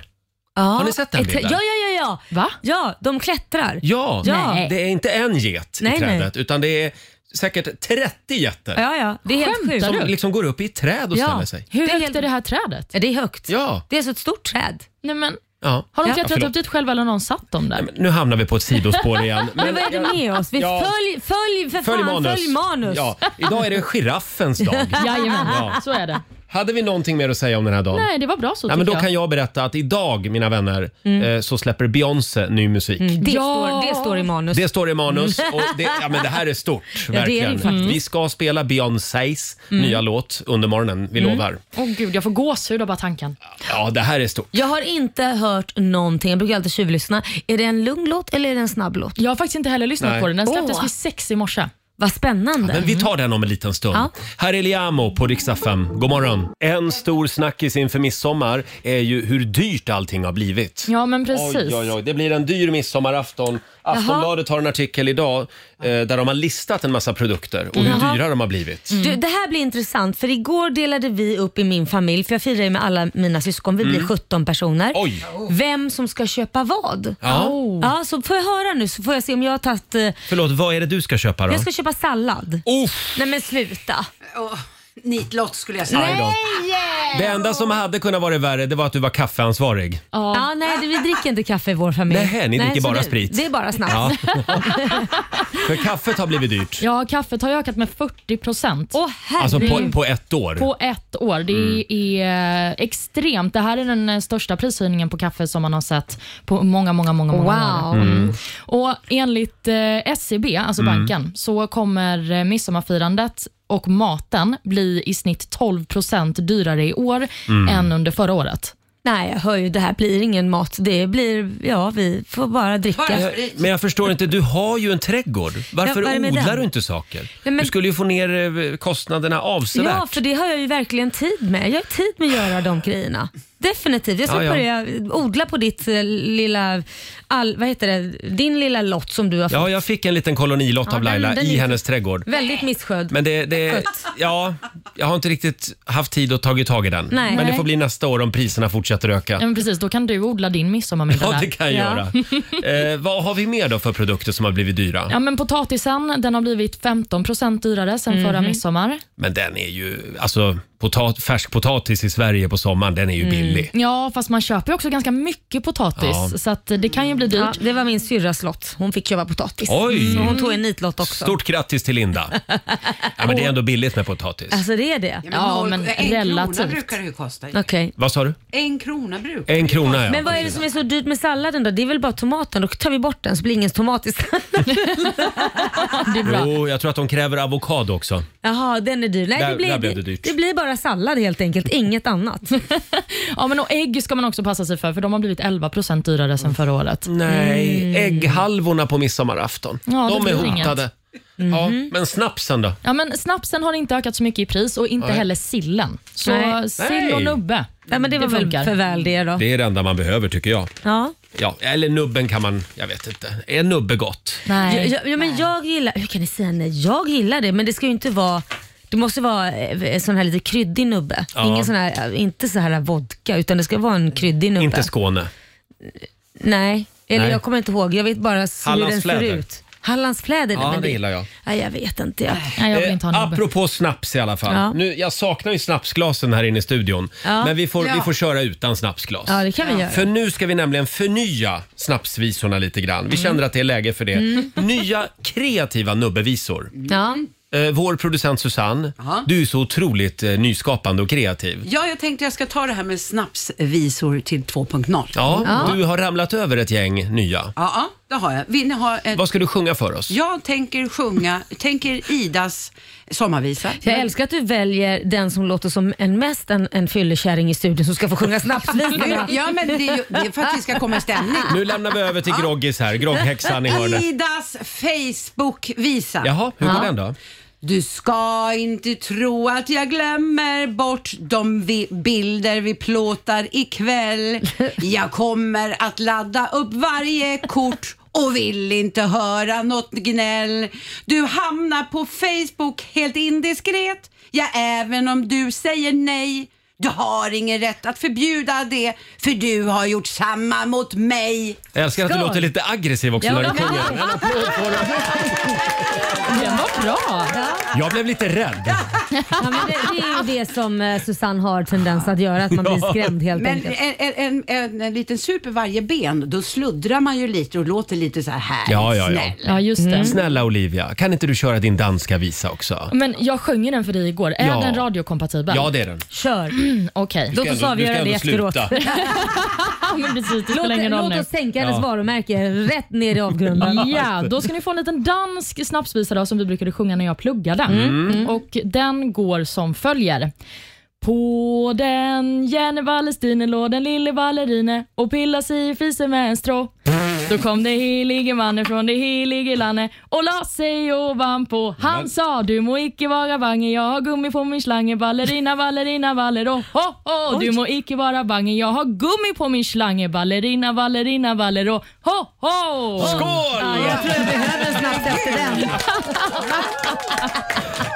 B: ja. Har
A: ni sett den bilden?
B: Ja, ja, ja. ja.
C: Va?
B: Ja, de klättrar.
A: Ja,
B: Ja. Nej.
A: det är inte en get i
B: Nej,
A: trädet utan det är säkert 30 getter
B: Ja, ja. Det är helt
C: Skämtar
B: sjukt.
A: som
C: du?
A: liksom går upp i ett träd och
B: Ja.
A: ställer sig.
C: Hur
B: Det är
C: högt
B: helt-
C: är det här trädet?
B: Ja, det är högt.
A: Ja.
B: Det är så ett stort träd.
C: Nej, men,
A: ja.
C: har de
B: Ja.
C: klättrat
A: Förlåt.
C: upp dit själva eller har någon satt dem där?
A: Nu hamnar vi på ett sidospår igen.
B: Men vad är det med oss? Vi
A: Ja.
B: följ, följ, för
A: Följ
B: fan,
A: manus.
B: följ manus.
A: Ja, idag är det giraffens dag.
C: Jajamän,
A: Ja.
C: så är det.
A: Hade vi någonting mer att säga om den här dagen?
C: Nej, det var bra så
A: Ja, men
C: tycker
A: då kan jag berätta att idag, mina vänner,
B: Mm.
A: eh, så släpper Beyoncé ny musik.
B: Det,
C: Ja.
B: står, det står i manus.
A: Det står i manus och det, ja, men det här är stort.
B: Mm. det är det
A: verkligen.
B: faktiskt. Mm.
A: Vi ska spela Beyoncés nya låt under morgonen, vi lovar.
C: Åh gud, jag får gåshud av bara tanken.
A: Ja, det här är stort.
B: Jag har inte hört någonting. Jag brukar alltid tjuvlyssna. Är det en lugn låt eller är det en snabb låt?
C: Jag har faktiskt inte heller lyssnat
A: Nej.
C: på den. Den släpptes
B: Åh.
C: vid sex i morse.
B: Vad spännande.
A: Men vi tar den om en liten stund.
B: Ja.
A: Här är Liamo på Rix FM. God morgon. En stor snackis inför midsommar är ju hur dyrt allting har blivit.
C: Ja, men precis.
A: Oj, oj, oj. Det blir en dyr midsommarafton. Aftonbladet har en artikel idag eh, där de har listat en massa produkter och hur dyra de har blivit.
B: Du, det här blir intressant för igår delade vi upp i min familj, för jag firar ju med alla mina syskon, vi blir 17 personer.
A: Mm. Oj.
B: Vem som ska köpa vad.
A: Ja.
B: Ja, så får jag höra nu så får jag se om jag har tagit... eh,
A: Förlåt, vad är det du ska köpa då?
B: Jag ska köpa sallad.
A: Uff,
B: Nej men sluta.
G: Oh, nitlott skulle jag säga.
A: nej då. Det enda som hade kunnat vara värre det var att du var kaffeansvarig.
B: Ja. nej, vi dricker inte kaffe i vår familj.
A: Nähä, ni dricker
B: så
A: bara
B: det,
A: sprit.
B: Det är bara snaps.
A: Ja. För kaffet har blivit dyrt.
C: Ja, kaffet har ökat med 40 procent.
B: Åh
A: Alltså
B: herregud.
A: på, på ett år.
C: På ett år. Det
A: Mm.
C: är eh, extremt. Det här är den eh, största prishöjningen på kaffe som man har sett på många, många, många, många år.
B: Wow.
A: Mm.
C: Och enligt eh, SCB, alltså banken, så kommer eh, midsommarfirandet och maten bli i snitt 12 procent dyrare i år
A: Mm.
C: än under förra året.
B: Nej, jag hör ju, det här blir ingen mat. Det blir, ja vi får bara dricka.
G: Bara
B: Nej,
G: sprit.
A: Men jag förstår inte, du har ju en trädgård. Varför
B: Ja, vad är det med
A: odlar
B: den?
A: du inte saker?
B: men-
A: Du skulle ju få ner eh, kostnaderna avsevärt.
B: Ja, för det har jag ju verkligen tid med. Jag har tid med att göra de grejerna. Definitivt. Jag ska
A: Ja, ja.
B: börja odla på ditt eh, lilla, all, vad heter det, din lilla lott som du har fått.
A: Ja, jag fick en liten kolonilott
B: Ja,
A: av
B: den-
A: Laila
B: den är
A: i
B: lite-
A: hennes trädgård.
B: Väldigt misskött.
A: Men det, det
B: Skött.
A: ja, jag har inte riktigt haft tid att tagit tag i den.
B: Nej.
A: Men det
B: Nej.
A: får bli nästa år om priserna fortsätter
C: Ja,
A: öka.
C: men precis, då kan du odla din midsommarmiddag
A: Ja,
C: där.
A: det kan jag
B: Ja.
A: göra. Eh, vad har vi mer då för produkter som har blivit dyra?
C: Ja, men potatisen den har blivit 15 procent dyrare sen förra midsommar.
A: Men den är ju, alltså potat, färsk potatis i Sverige på sommaren, den är
B: Mm.
A: ju billig.
C: Ja, fast man köper ju också ganska mycket potatis,
A: Ja.
C: så att eh, det kan ju bli dyrt.
B: Ja, det var min syrras lott. Hon fick köpa potatis.
A: Oj.
B: Så hon tog en nitlott också.
A: Stort grattis till Linda. Ja, men det är ändå billigt med potatis.
B: Alltså det är det?
G: men noll-
C: men
G: en
C: relativt.
G: krona brukar det ju kosta.
B: Okej.
A: Vad sa du?
G: En krona brukar
A: En
G: det ju
A: krona ja.
B: Men vad är det som är så dyrt med salladen då? Det är väl bara tomaten? Då tar vi bort den så blir det ingen tomat i salladen.
C: Det är bra.
A: Jo, jag tror att de kräver avokado också.
B: Jaha, den är dyr. Nej,
A: Där-
B: det, blir,
A: där blev det dyrt.
B: blir bara sallad helt enkelt, inget annat.
C: Ja, men och ägg ska man också passa sig för, för de har blivit 11 procent dyrare sen förra året.
A: Nej, ägghalvorna på midsommarafton.
C: Mm. Ja, det
A: de är
C: blir inget. Mhm.
A: hotade. Ja, men snapsen då?
C: Ja, men snapsen har inte ökat så mycket i pris och inte
A: Nej.
C: heller sillen. Så
B: Nej.
C: sill och
A: Nej.
C: nubbe.
B: Nej, men det var väl
C: funkar.
B: för väl det då.
A: Det är det enda man behöver tycker jag.
B: Ja.
A: Ja, eller nubben kan man, jag vet inte. Är nubbe gott?
B: Ja,
C: Nej.
B: ja, ja, men jag gillar, hur kan ni säga nej? Jag gillar det, men det ska ju inte vara det måste vara eh, en sån här lite kryddig nubbe.
A: Ja.
B: Ingen sån här, eh, inte så här vodka, utan det ska vara en kryddig nubbe.
A: Inte Skåne.
B: Nej, eller
A: Nej.
B: jag kommer inte ihåg. Jag vet bara hur den ser
A: Hallandsfläder.
B: ut. Hallandsfläder.
A: Ja,
B: men
A: det gillar jag.
B: Nej, jag vet inte. Jag.
C: Nej, jag vill inte ha
A: Eh,
C: nubbe.
A: apropå snaps i alla fall.
B: Ja.
A: Nu, jag saknar ju snapsglasen här inne i studion.
B: Ja.
A: Men vi får, vi
G: Ja.
A: får köra utan snapsglas.
B: Ja, det kan vi göra.
A: För nu ska vi nämligen förnya snapsvisorna lite grann. Vi känner att det är läge för det.
B: Mm.
A: Nya kreativa nubbevisor.
B: Ja.
A: Eh, vår producent Susanne,
G: Ja.
A: du är så otroligt eh, nyskapande och kreativ.
G: Ja, jag tänkte jag ska ta det här med snapsvisor till 2.0. Ja.
A: Ja, Du har ramlat över ett gäng nya.
G: ja, det har jag. Vill ni ha ett...
A: Vad ska du sjunga för oss?
G: Jag tänker sjunga, tänker Idas sommarvisa.
B: Jag älskar att du väljer den som låter som en mest en, en fyllekärring i studion som ska få sjunga snapsvisorna.
G: Ja, men det är, ju, det är för att vi ska komma i stämning.
A: Nu lämnar vi över till Groggis här, grogghäxan i hörnet.
G: Idas Facebook-visa.
A: Jaha, hur går den då?
G: Du ska inte tro att jag glömmer bort de vi- bilder vi plåtar ikväll. Jag kommer att ladda upp varje kort och vill inte höra något gnäll. Du hamnar på Facebook helt indiskret. Ja, även om du säger nej. Du har ingen rätt att förbjuda det, för du har gjort samma mot mig.
A: Jag älskar att du
B: Skål.
A: låter lite aggressiv också
B: Ja,
A: när du
B: men-
A: sjunger. En applåd på dig.
C: Den var bra.
A: Jag blev lite rädd.
B: Ja, men det, det är ju det som eh, Susanne har tendens att göra, att man blir skrämd helt
G: Men
B: enkelt.
G: en, en, en, en, en liten sup i varje ben, då sluddrar man ju lite och låter lite så här härligt
A: Ja, ja, ja.
G: snäll.
C: Ja, just det.
A: Snälla Olivia, kan inte du köra din danska visa också?
C: Men jag sjöng ju den för dig igår. Är
A: Ja.
C: den radiokompatibel?
A: Ja, det är den. Du
B: Kör.
C: Okej.
B: Låt oss avgöra det efteråt.
C: Ja, men precis. Det
B: Låt,
C: spelar ingen roll
B: låt
C: nu.
B: oss sänka hennes
A: Ja.
B: varumärke rätt ner i avgrunden.
C: Ja, då ska ni få en liten dansk snapsvisa då, som vi brukade sjunga när jag pluggade. Och Den går som följer. På den Jenny Wallerstine låg den lille ballerine och pilla sig i fisen med en strå. Då kom det helige mannen från det helige landet och la sig ovanpå. Han sa du må icke vara bange, jag har gummi på min slange. Ballerina, ballerina, ballero. Ho, ho. Du må icke vara bange, jag har gummi på min slange. Ballerina, ballerina, ballero. Ho, ho.
A: Skål!
B: Jag tror jag behöver snabbt efter den.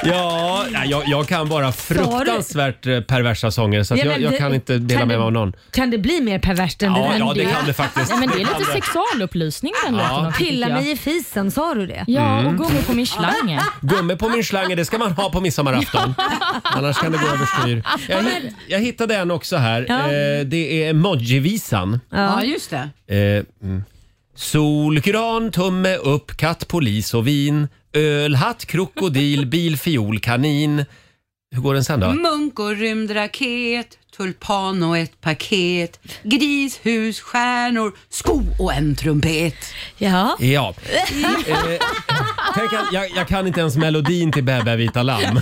A: Ja, nej, jag, jag kan bara fruktansvärt eh, perversa sånger så att
B: Ja,
A: jag,
B: men
A: jag
B: det-
A: kan inte dela
B: kan
A: med
B: det-
A: mig av någon.
B: Kan det bli mer perverst än det
A: Ja,
B: där?
A: ja, det kan det
C: Nej,
A: faktiskt.
C: men det är
A: kan
C: lite sexualupplysning den låten också, tycker
B: Pilla
C: jag.
B: mig i fisen, sa du det?
C: Ja, och gummi på min slange.
A: Gummi på min slange, det ska man ha på midsommarafton. Annars kan det gå överstyr. Jag, hi- jag hittade en också här.
B: Ja.
A: Eh, det är emojivisan.
G: Ja, just det.
A: Eh, mm. Solgran, tumme upp, katt, polis och vin. Ölhatt, krokodil, bil, fiol, kanin. Hur går den sen då?
G: Munk och rymdraket, tulpan och ett paket, gris, hus, stjärnor, sko och en trumpet.
B: Ja.
A: Ja. Eh, tänk att jag, jag kan inte ens melodin till Bä, bä vita lamm.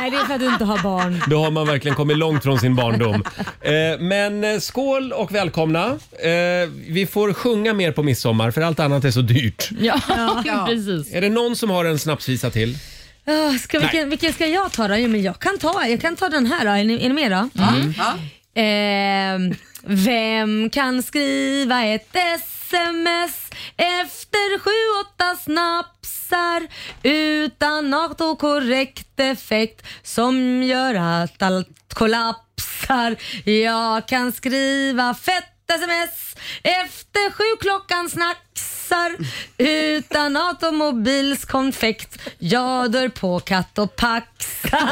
B: Nej, det är för att du inte har barn.
A: Då har man verkligen kommit långt från sin barndom. Eh, men eh, skål och välkomna. Eh, vi får sjunga mer på midsommar för allt annat är så dyrt.
C: Ja, precis.
A: Är det någon som har en snapsvisa till?
B: Ah, Ska, vilken, vilken ska jag ta då? Jo, men jag, kan ta, jag kan ta den här då. Är ni, är ni med då?
G: Ja.
B: Ehm, vem kan skriva ett sms efter sju, åtta snapsar utan autokorrekt effekt som gör att allt kollapsar? Jag kan skriva fett sms efter sju klockan snacksar utan automobilskonfekt. Jag dör på katt och paxar.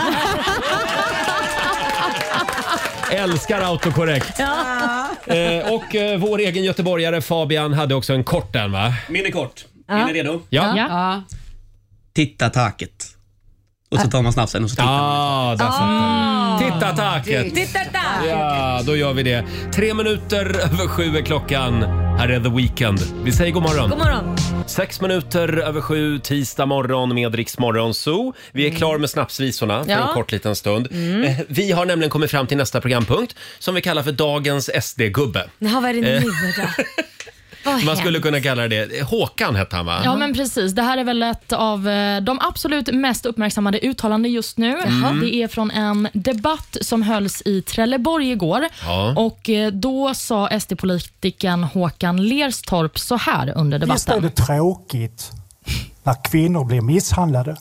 A: Älskar autokorrekt. Eh, och eh, vår egen göteborgare Fabian hade också en kort en va?
H: Min är kort. Är ni redo?
A: Ja.
C: Ja.
G: Ja.
H: Titta taket. Och så tar man snapsen och så
A: Ah,
H: tittar
A: där satt den. Titta taket!
B: Titta där!
A: Ja, då gör vi det. Tre minuter över sju är klockan. Här är The Weeknd. Vi säger god morgon.
B: God morgon.
A: Sex minuter över sju, tisdag morgon med Rix Morgon Zoo. Vi är klar med snapsvisorna för
C: Mm. Ja. Mm.
A: en kort liten stund. Eh, Vi har nämligen kommit fram till nästa programpunkt som vi kallar för dagens SD-gubbe.
B: Jaha, vad är det nu då? Vad har
A: Eh. Man skulle
B: hänt?
A: kunna kalla det, Håkan hette han va?
C: Ja, men precis. Det här är väl ett av eh, de absolut mest uppmärksammade uttalanden just nu. Det är från en debatt som hölls i Trelleborg igår.
A: Ja.
C: Och eh, Då sa SD-politikern Håkan Lerstorp så här under
J: Visst är
C: debatten.
J: det tråkigt när kvinnor blir misshandlade.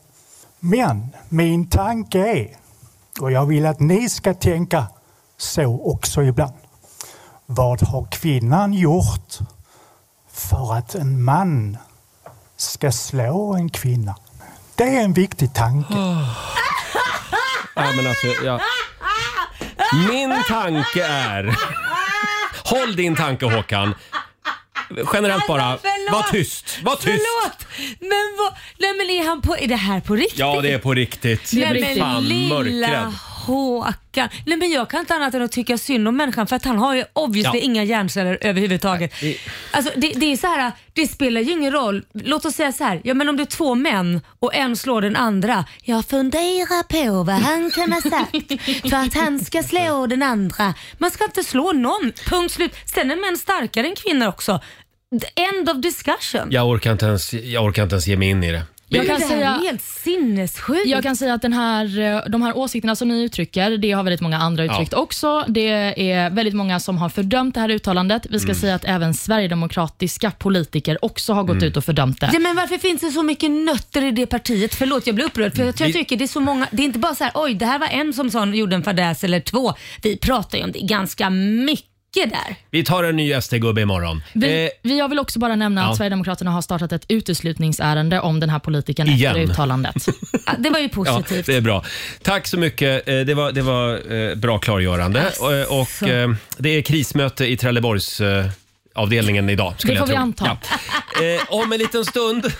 J: Men min tanke är, och jag vill att ni ska tänka så också ibland. Vad har kvinnan gjort för att en man ska slå en kvinna? Det är en viktig tanke.
A: Ja, men alltså, ja. Min tanke är... Håll din tanke Håkan. Generellt bara,
B: Alltså, förlåt.
A: var tyst. Var tyst.
B: Förlåt, men vad... Nej men är han på... Är det här på riktigt?
A: Ja, det är på riktigt.
C: är på
B: Nej
C: riktigt.
B: men
A: Fan, mörkrädd.
B: lilla Håkan. Nej men jag kan inte annat än att tycka synd om människan för att han har ju obviously
A: Ja.
B: inga hjärnceller överhuvudtaget.
A: Nej,
B: Alltså det, det är så här, det spelar ju ingen roll. Låt oss säga så här, ja men om det är två män och en slår den andra. Jag funderar på vad han kan ha sagt för att han ska slå den andra. Man ska inte slå någon, punkt slut. Sen är män starkare än kvinnor också. The End of discussion.
A: Jag orkar, inte ens, jag orkar inte ens ge mig in i det.
C: Jag
B: Det
C: kan
B: här
C: säga
B: är helt sinnessjukt.
C: Jag kan säga att den här, eh, de här åsikterna som ni uttrycker, det har väldigt många andra uttryckt också. Det är väldigt många som har fördömt det här uttalandet. Vi ska
A: Mm.
C: säga att även sverigedemokratiska politiker också har gått
A: Mm.
C: ut och fördömt det.
B: Ja, men varför finns det så mycket nötter i det partiet? Förlåt, jag blir upprörd. För jag, jag
A: Vi-
B: tycker det är så många. Det är inte bara så här, oj, det här var en som sa, gjorde en fadäs eller två. Vi pratar ju om det ganska mycket där.
A: Vi tar en ny SD-gubbe imorgon.
C: Vi,
A: Eh,
C: vi, jag vill också bara nämna
A: ja.
C: att Sverigedemokraterna har startat ett uteslutningsärende om den här politikern
A: Igen.
C: efter uttalandet.
B: Ja, Det var ju
A: ja,
B: positivt.
A: det är bra. Tack så mycket. Eh, det var, det var eh, bra klargörande. Eh, och, eh, det är krismöte i Trelleborgs eh, avdelningen idag. Skulle
C: Det
A: jag
C: får vi
A: tro.
C: anta.
A: Ja. Eh, om en liten stund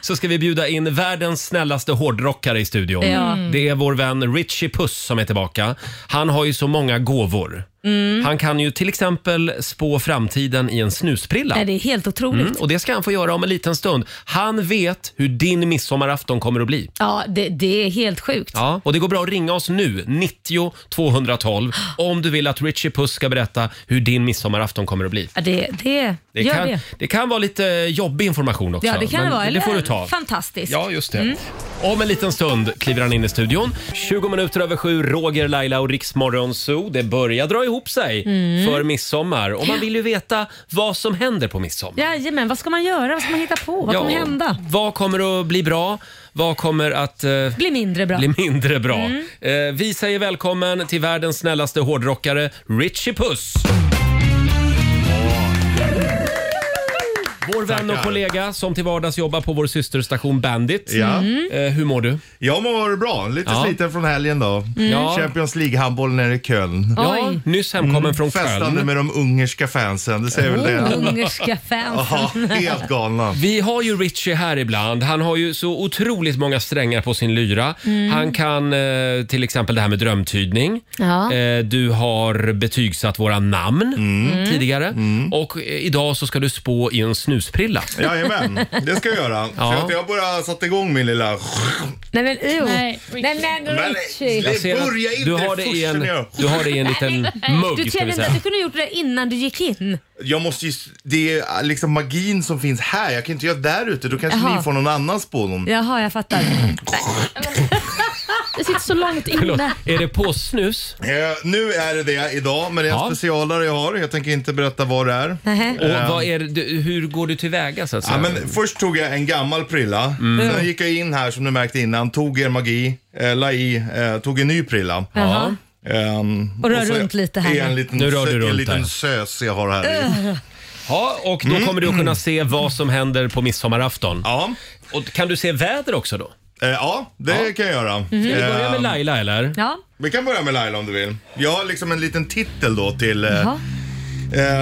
A: så ska vi bjuda in världens snällaste hårdrockare i studion.
B: Ja.
A: Det är vår vän Richie Puss som är tillbaka. Han har ju så många gåvor.
C: Mm.
A: Han kan ju till exempel spå framtiden i en snusprilla.
B: Nej, det är helt otroligt.
A: Mm, och det ska han få göra om en liten stund. Han vet hur din midsommarafton kommer att bli.
B: Ja, det, det är helt sjukt.
A: Ja, och det går bra att ringa oss nu, 90 212, om du vill att Richie Puss ska berätta hur din midsommarafton kommer att bli.
B: Ja, det, det,
A: Det
B: gör
A: kan,
B: det.
A: kan vara lite jobbig information också.
B: Ja, det kan
A: men
B: det vara. Eller Mm.
A: Det får du ta.
B: Fantastiskt.
A: Ja, just det. Om en liten stund kliver han in i studion. 20 minuter över sju, Roger, Laila och Riksmorgon Zoo. Det börjar dra ihop sig
B: Mm.
A: för midsommar. Och man vill ju veta vad som händer på midsommar.
B: Jajamän, vad ska man göra? Vad ska man hitta på? Vad kommer
A: Ja,
B: hända?
A: Vad kommer att bli bra? Vad kommer att... eh,
B: Bli mindre bra.
A: bli mindre bra. Eh, vi säger välkommen till världens snällaste hårdrockare, Richie Puss. Vår vän och
F: Tackar.
A: kollega som till vardags jobbar på vår systerstation Bandit.
F: Ja.
A: Eh, hur mår du?
F: Jag mår bra. Lite
A: Ja.
F: sliten från helgen då.
J: Mm.
A: Ja.
F: Champions League-handboll nere i Köln.
A: Ja,
B: Oj.
A: nyss hemkommen från
F: Mm. Festande
A: Köln.
F: med de ungerska fansen, det säger väl det.
B: Ungerska fansen.
J: Oh.
F: Ja, helt galna.
A: Vi har ju Richie här ibland. Han har ju så otroligt många strängar på sin lyra.
B: Mm.
A: Han kan eh, till exempel det här med drömtydning.
B: Ja.
A: Eh, du har betygsatt våra namn
F: Mm.
A: tidigare. Och eh, idag så ska du spå i en snusprilla.
F: Jajamän, det ska jag göra.
A: Ja.
F: För att jag har börjat satt igång min lilla...
B: Nej men ew.
C: Nej,
B: Nej, nej,
F: Men
B: Richie.
F: det
A: Jag ser att
F: börjar inte
A: du har det i
F: först
A: en,
F: när jag-
A: du har det i en liten
B: Du
A: mugg ska vi
B: kände inte
A: säga.
B: att du kunde gjort det innan du gick in?
F: Jag måste ju... Det är liksom magin som finns här. Jag kan inte göra där ute. Då kanske
B: Jaha.
F: ni får någon annan spådom.
B: Jaha, jag fattar.
C: Det sitter så långt
A: Förlåt,
C: inne.
A: är det påssnus?
F: Eh, nu är det det idag, men det är en
A: Ja.
F: specialare jag har. Jag tänker inte berätta vad det är.
B: Nähä.
A: Och vad är, det- hur går du tillväga så att säga?
F: Ja, men först tog jag en gammal prilla,
A: Mm.
F: sen gick jag in här som du märkte innan, tog er magi, eh, la i, eh, tog en ny prilla.
B: Jaha.
F: Ehm,
B: Och rör
F: så
B: runt lite här
F: är En
B: nu.
F: liten,
A: Nu rör du
F: sö-
A: runt
F: en
A: där.
F: liten sös jag har här i.
A: Ja, och då kommer du att kunna se vad som händer på midsommarafton.
F: Mm. Ja,
A: Och kan du se väder också då?
F: eh, ja det kan jag göra.
B: Mm.
A: Ska vi börja med
F: Ehm,
A: Laila eller?
B: Ja,
F: vi kan börja med Laila om du vill. Jag har liksom en liten titel då till... Eh,
B: Jaha.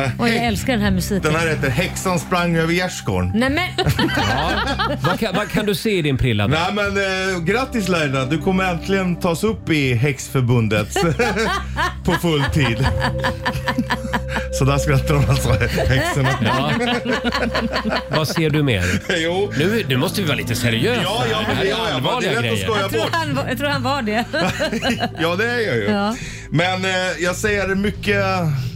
F: eh,
B: oj jag älskar den här musiken.
F: den här heter Häxan sprang över gärdsgården.
B: Nej men,
A: Vad kan, vad kan du se i din prilla? Där?
F: Nej men eh, grattis Laila, du kommer äntligen tas upp i häxförbundet på full tid. Så där skrattar de alltså, häxorna.
A: Ja. vad ser du mer?
F: Jo.
A: Nu, nu måste vi vara lite seriösa.
F: Ja, ja,
A: här
F: men
A: är
F: det gör jag. men Det
A: allvarliga
F: är lätt att
A: grejer.
F: skoja
B: jag, tror
F: bort.
B: han, var- jag tror han var det.
F: Ja, det är jag ju.
B: Ja.
F: Men eh, jag säger mycket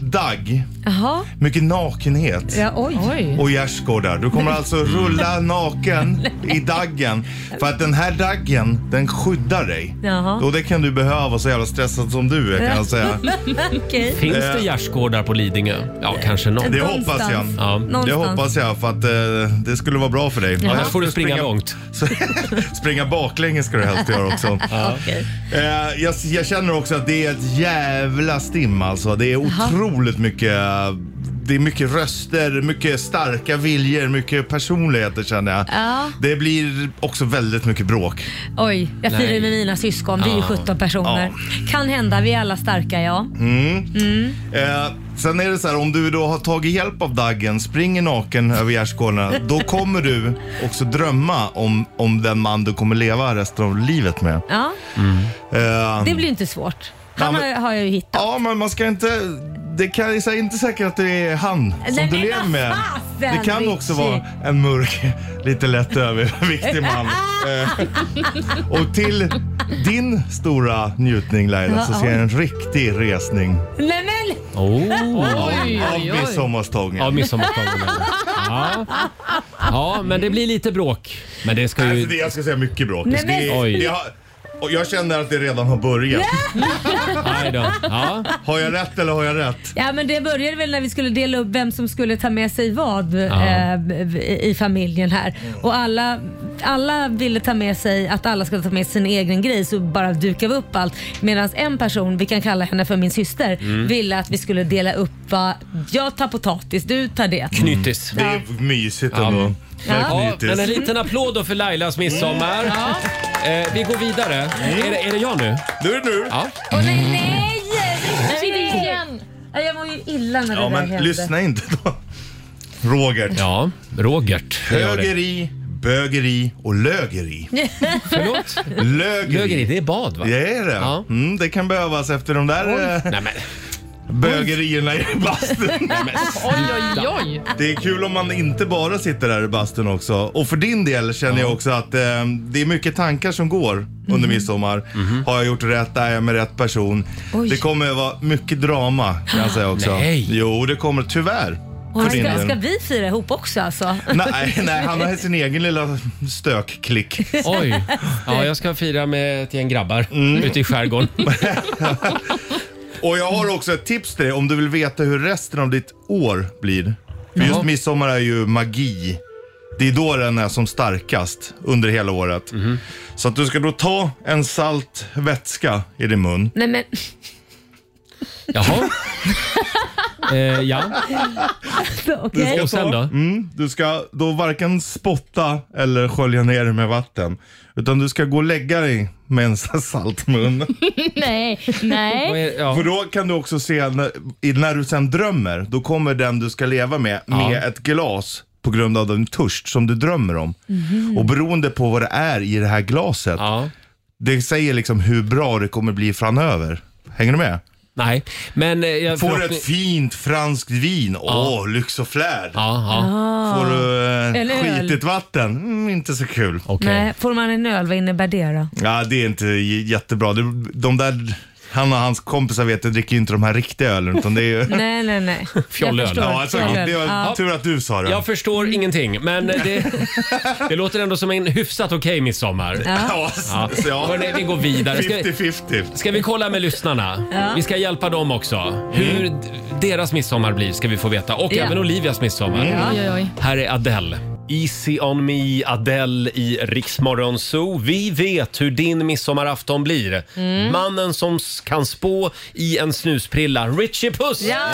F: dagg,
B: Jaha,
F: mycket nakenhet.
B: ja, oj.
C: Oj.
F: och gärdsgårdar. Du kommer alltså rulla naken i daggen. För att den här daggen, den skyddar dig.
B: Jaha.
F: Och det kan du behöva så jävla stressad som du är kan jag säga.
B: Okej.
A: Finns det gärdsgårdar på Lidingö? Ja, kanske någon.
F: Eh. Det
B: Någonstans.
F: hoppas jag.
A: Ja.
F: Det
B: Någonstans.
F: hoppas jag för att eh, det skulle vara bra för dig.
A: Annars får du springa långt.
F: springa baklänges ska du helst göra också.
B: Okej.
F: Eh, jag, jag känner också att det är ett jävla stim alltså. Det är otroligt mycket det är mycket röster, mycket starka viljor, mycket personligheter känner jag.
B: Ja.
F: Det blir också väldigt mycket bråk.
B: Oj, jag firar
A: Nej.
B: med mina syskon. Vi är ju
A: Ja.
B: 17 personer. Kan hända, vi är alla starka ja.
F: Mm. Eh, sen är det så här, om du då har tagit hjälp av daggen, springer naken över gärdsgårdarna, då kommer du också drömma om, om den man du kommer leva resten av livet med.
B: ja.
F: Eh,
B: Det blir ju inte svårt. Han
F: Ja,
B: har,
F: men-
B: har jag ju hittat.
F: Ja, men man ska inte... Det kan det är inte säkert att det är han som
B: Nej,
F: du
B: men
F: lever
B: vad
F: med.
B: fasen,
F: Det kan också
B: Richie.
F: vara en mörk, lite lätt överviktig man. Eh, Och till din stora njutning Laila så ser jag en riktig resning
B: Nej men!
A: Oh.
C: Oj,
F: av
C: oj, oj.
F: midsommarstången.
A: Av midsommarstången. Ja. ja, men det blir lite bråk. Men det ska
F: Alltså, det,
A: ju...
F: jag ska säga mycket bråk.
B: Nej,
F: det,
B: men-
A: Oj.
F: det har, och jag känner att det redan har börjat.
A: Aj då. Ja.
F: Har jag rätt eller har jag rätt?
B: Ja men det började väl när vi skulle dela upp vem som skulle ta med sig vad eh, i familjen här. Och alla, alla ville ta med sig att alla skulle ta med sin egen grej så bara dukade vi upp allt. Medan en person, vi kan kalla henne för min syster,
F: Mm.
B: ville att vi skulle dela upp vad jag tar potatis, du tar det.
A: Knytis.
F: Det är mysigt ändå.
A: Ja,
F: Knytis.
A: men en liten applåd då för Lailas midsommar.
F: Mm.
A: Eh, vi går vidare. Är, det, är det jag nu?
F: Nu är det nu.
A: Ja.
B: Åh nej, nej!
C: Nej, det är igen.
B: Nej, Jag mår ju illa när det
F: Ja,
B: där
F: men
B: hände.
F: lyssna inte då. Roger.
A: Ja, Rogert. det gör det.
F: Högeri, bögeri och lögeri.
A: Förlåt?
F: Lögeri.
A: Lögeri, det är bad va?
F: Det är det.
A: Ja.
F: Mm, det kan behövas efter de där... eh,
A: Nej, men.
F: bögerierna i bastun.
C: Oj, oj, oj.
F: Det är kul om man inte bara sitter där i bastun också. Och för din del känner jag också att eh, det är mycket tankar som går under
B: Mhm.
F: midsommar.
A: Mhm.
F: Har jag gjort rätt? Är jag med rätt person?
B: Oj.
F: Det kommer att vara mycket drama kan jag säga också.
B: Nej.
F: Jo, det kommer tyvärr. för
B: Oj,
F: din
B: ska,
F: del.
B: ska vi fira ihop också alltså?
F: Nej, nej, han har sin egen lilla stökklick.
A: Oj. Ja, jag ska fira med ett gäng grabbar
F: Mm.
A: ute i skärgården.
F: Och jag har också ett tips till dig om du vill veta hur resten av ditt år blir. För just midsommar är ju magi. Det är då den är som starkast under hela året. Så att du ska då ta en salt vätska i din mun.
B: Nej men,
A: Jaha. Eh, ja.
B: okej.
A: Och sen då?
F: Mm, du ska då varken spotta eller skölja ner det med vatten. Utan du ska gå och lägga dig med en salt mun.
C: Nej, nej.
A: Vad är- Ja.
F: För då kan du också se, när, i- när du sen drömmer, då kommer den du ska leva med med ett glas på grund av den törst som du drömmer om. Och beroende på vad det är i det här glaset,
A: Ja.
F: det säger liksom hur bra det kommer bli framöver. Hänger du med?
A: Nej, men... eh, Jag
F: Får du
A: förhoppning-
F: ett fint franskt vin, åh, lyx och flärd.
A: Ja, ja.
F: Får du
B: Eller
F: eh,
B: öl.
F: skitigt vatten, mm, inte så kul.
A: Okej.
B: nej, får man en öl, vad innebär det då?
F: Ja, det är inte j- jättebra. De, de där, han och hans kompisar vet, jag dricker ju inte de här riktiga ölen, utan det är ju...
B: Nej, nej, nej.
A: Fjollöl.
B: Jag förstår.
F: Ja, alltså,
B: Fjollöl.
F: det var
B: Ja.
F: tur att du sa det.
A: Jag förstår ingenting, men eh, det, det låter ändå som en hyfsat okej midsommar.
F: Ja,
A: Ja.
F: så ja.
A: Hörrni, vi går vidare. Ska,
F: 50-50.
A: ska vi kolla med lyssnarna? Vi ska hjälpa dem också. Hur d- deras midsommar blir ska vi få veta. Och
B: Ja.
A: även Olivias midsommar.
C: Oj, oj, oj.
A: Här är Adele. Easy on me, Adele i Riksmorgon Zoo. Vi vet hur din midsommarafton blir.
B: Mm.
A: Mannen som s- kan spå i en snusprilla, Richie Puss!
B: Ja.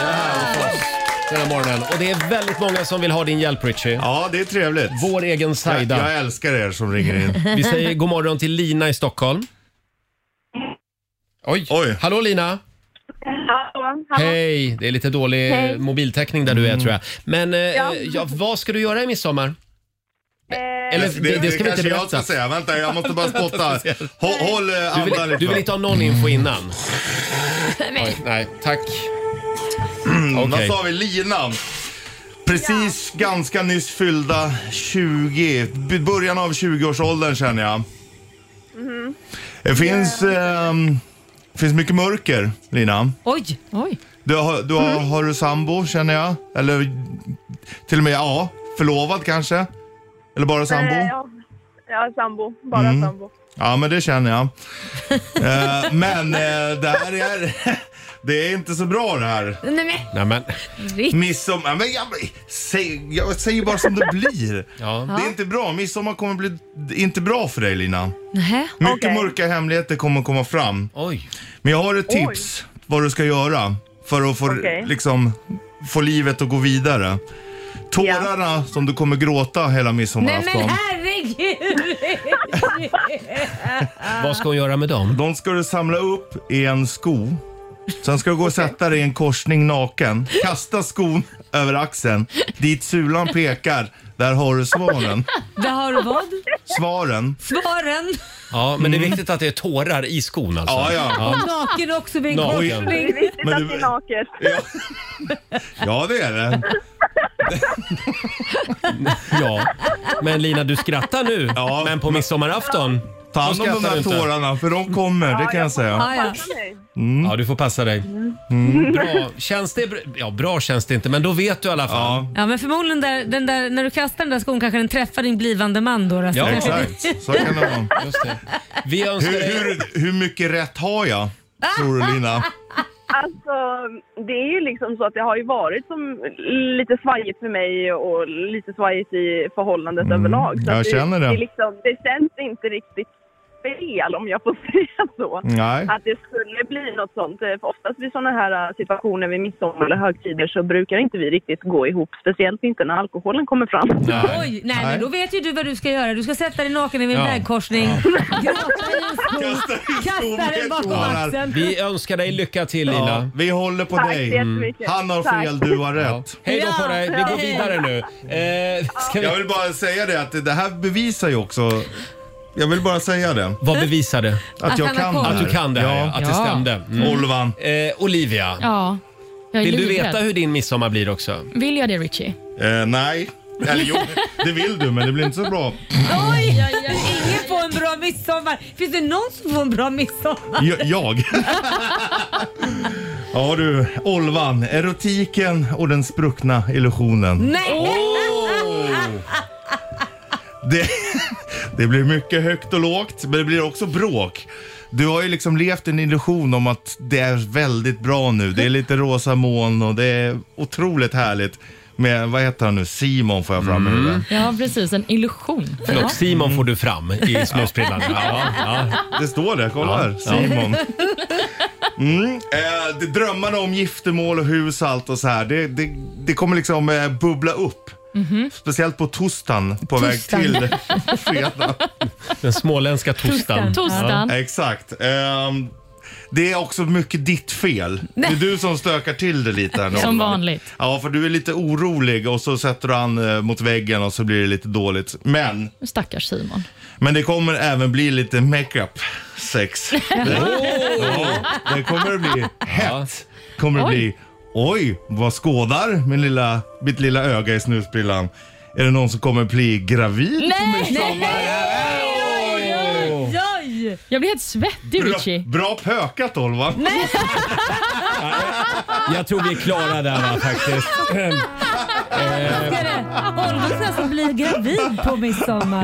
A: Den här morgonen. Och det är väldigt många som vill ha din hjälp Richie.
F: Ja, det är trevligt.
A: Vår egen
F: Jag,
A: Saida.
F: jag älskar er som ringer in.
A: Vi säger god morgon till Lina i Stockholm. Oj.
F: Oj.
A: Hallå Lina!
E: Hallå, hallå.
A: Hej! Det är lite dålig
E: Hej.
A: mobiltäckning där
F: Mm.
A: du är tror jag. Men eh,
E: Ja.
A: ja, vad ska du göra i midsommar?
E: Eh,
A: Eller det, det, ska vi inte
F: kanske jag
A: berätta.
F: ska säga. Vänta, jag måste bara spotta. Håll, håll eh,
A: Du
F: andan
A: vill,
F: lite.
A: du vill inte ha någon info innan? Oj, nej, tack.
F: Mm,
A: Okej.
F: Vad sa vi? Linan. Precis ganska nyss fyllda 20, b- början av 20-årsåldern känner jag. Det finns, ehm, finns mycket mörker, Lina.
B: Oj,
C: Oj.
F: Du har, du har,
E: Mm.
F: har du sambo känner jag? Eller till och med ja, förlovad kanske? Eller bara sambo? Mm.
E: eh, ja. ja, sambo. Bara sambo.
F: Ja, men det känner jag. Eh, men eh, det här är... Det är inte så bra det här.
B: nej men
A: Nej, men,
F: Midsommar... Men jag, säg, jag säger bara som det blir.
A: ja.
F: Det är inte bra. Midsommar kommer bli inte bra för dig Lina.
B: nej.
F: Mycket
E: Okej.
F: mörka hemligheter kommer komma fram.
A: Oj.
F: Men jag har ett tips vad du ska göra för att få,
E: Okej.
F: liksom, få livet att gå vidare. Tårarna som du kommer gråta hela
B: Nej men
F: midsommarafton,
B: herregud!
A: Vad ska hon göra med dem?
F: de ska du samla upp i en sko. Sen ska du gå och sätta dig i en korsning naken, kasta skon över axeln. Dit sulan pekar, där har du svaren.
B: Där har du vad?
F: Svaren.
B: Svaren.
A: Ja, men det är viktigt att det är tårar i skon alltså.
F: Mm. Ja, ja.
B: Naken också vid en
A: Naken.
B: korsning.
E: Det är viktigt
F: Men
E: att
F: du-
E: det är naket.
F: Ja, det är det.
A: Ja. Men Lina, du skrattar nu.
F: Ja.
A: Men på midsommarafton.
F: Ta hand om de
A: skrattar du
F: där
A: inte.
F: tårarna, för de kommer, det kan jag säga.
B: Ah, ja.
E: Nej.
F: Mm.
A: Ja, du får passa dig. Mm. Bra. Känns det... br- Ja, bra känns det inte, men då vet du i alla fall.
F: Ja,
B: ja men förmodligen där, den där, när du kastar den där skon kanske den träffar din blivande man då. Alltså.
A: Ja,
F: exakt. Så kan det vara.
A: Just det. Vi önskar
F: Hur,
A: dig...
F: hur, hur mycket rätt har jag? Tror du Lina?
E: Alltså, det är ju liksom så att det har ju varit som lite svajigt för mig och lite svajigt i förhållandet överlag. Så
F: Mm. jag
E: att
F: känner det.
E: Det, är liksom, det känns inte riktigt fel om jag får säga så.
F: Nej.
E: Att det skulle bli något sånt. Eh, För oftast vid sådana här eh, situationer vid midsommar eller högtider så brukar inte vi riktigt gå ihop. Speciellt inte när alkoholen kommer fram.
B: Oj, nej,
F: Nej.
B: men då vet ju du vad du ska göra. Du ska sätta dig naken vid en
A: Ja.
B: vägkorsning, gråta i en sko, kasta den bakom
F: tårar.
B: axeln.
A: Vi önskar dig lycka till
F: Ja,
A: Lina.
F: vi håller på
E: Tack så
F: dig.
E: jättemycket.
F: Han har
E: Tack.
F: fel, du har
A: Ja.
F: rätt.
A: Hej då på
B: Ja.
A: dig. Vi går vidare nu. Eh, ska
F: Jag
A: vi...
F: vill bara säga det att det här bevisar ju också jag vill bara säga det.
A: Vad bevisade?
F: Att, jag
B: han har
F: kan
B: koll.
F: det här.
A: Att du kan det här, ja.
F: Ja. Mm.
A: Att det
C: Ja.
A: stämde. Mm.
F: Olvan.
A: Eh, Olivia,
C: Ja. Jag är
A: Vill du
C: livrädd.
A: veta hur din midsommar blir också?
C: Vill jag det Richie?
F: Eh, nej. Eller jo, det vill du men det blir inte så bra.
B: Oj! Ingen får en bra midsommar. Finns det någon som får en bra midsommar?
F: J- jag? ja du, Olvan. Erotiken och den spruckna illusionen.
B: Nej!
F: Det, det blir mycket högt och lågt, men det blir också bråk. Du har ju liksom levt en illusion om att det är väldigt bra nu. Det är lite rosa moln och det är otroligt härligt med, vad heter han nu, Simon får jag fram i
A: Mm.
F: huvudet.
C: Ja, precis. En illusion.
A: Förlåt,
C: Ja.
A: Simon får du fram i snusprillan. Ja,
F: Det står det, kolla här. Simon. Mm. Eh, det, drömmarna om giftermål och hus och allt och så här, det, det, det kommer liksom eh, bubbla upp.
A: Mhm.
F: Speciellt på tostan på väg
A: Tostan.
F: till fredag.
A: Den småländska tostan.
F: Ja, exakt. Ehm, det är också mycket ditt fel. Det
C: Nej.
F: är du som stökar till det lite. Här,
C: Som
F: Norman.
C: vanligt.
F: Ja, för du är lite orolig och så sätter du an eh, mot väggen och så blir det lite dåligt. Men,
C: Stackars Simon.
F: men det kommer även bli lite makeup sex. Ja, det kommer det bli. Hett kommer det
D: Oj.
F: bli. Oj, vad skådar min lilla, mitt lilla öga i snusprillan? Är det någon som kommer bli gravid?
C: Nej!
D: Nej!
C: Oj, oj,
A: Eh.
C: oj. Jag blir helt svettig
F: Bra,
C: Richie.
F: bra pökat Olva.
C: Nej.
A: Jag tror vi är klara där va, faktiskt. Eh,
B: Åldersna som blir gravid på midsommar.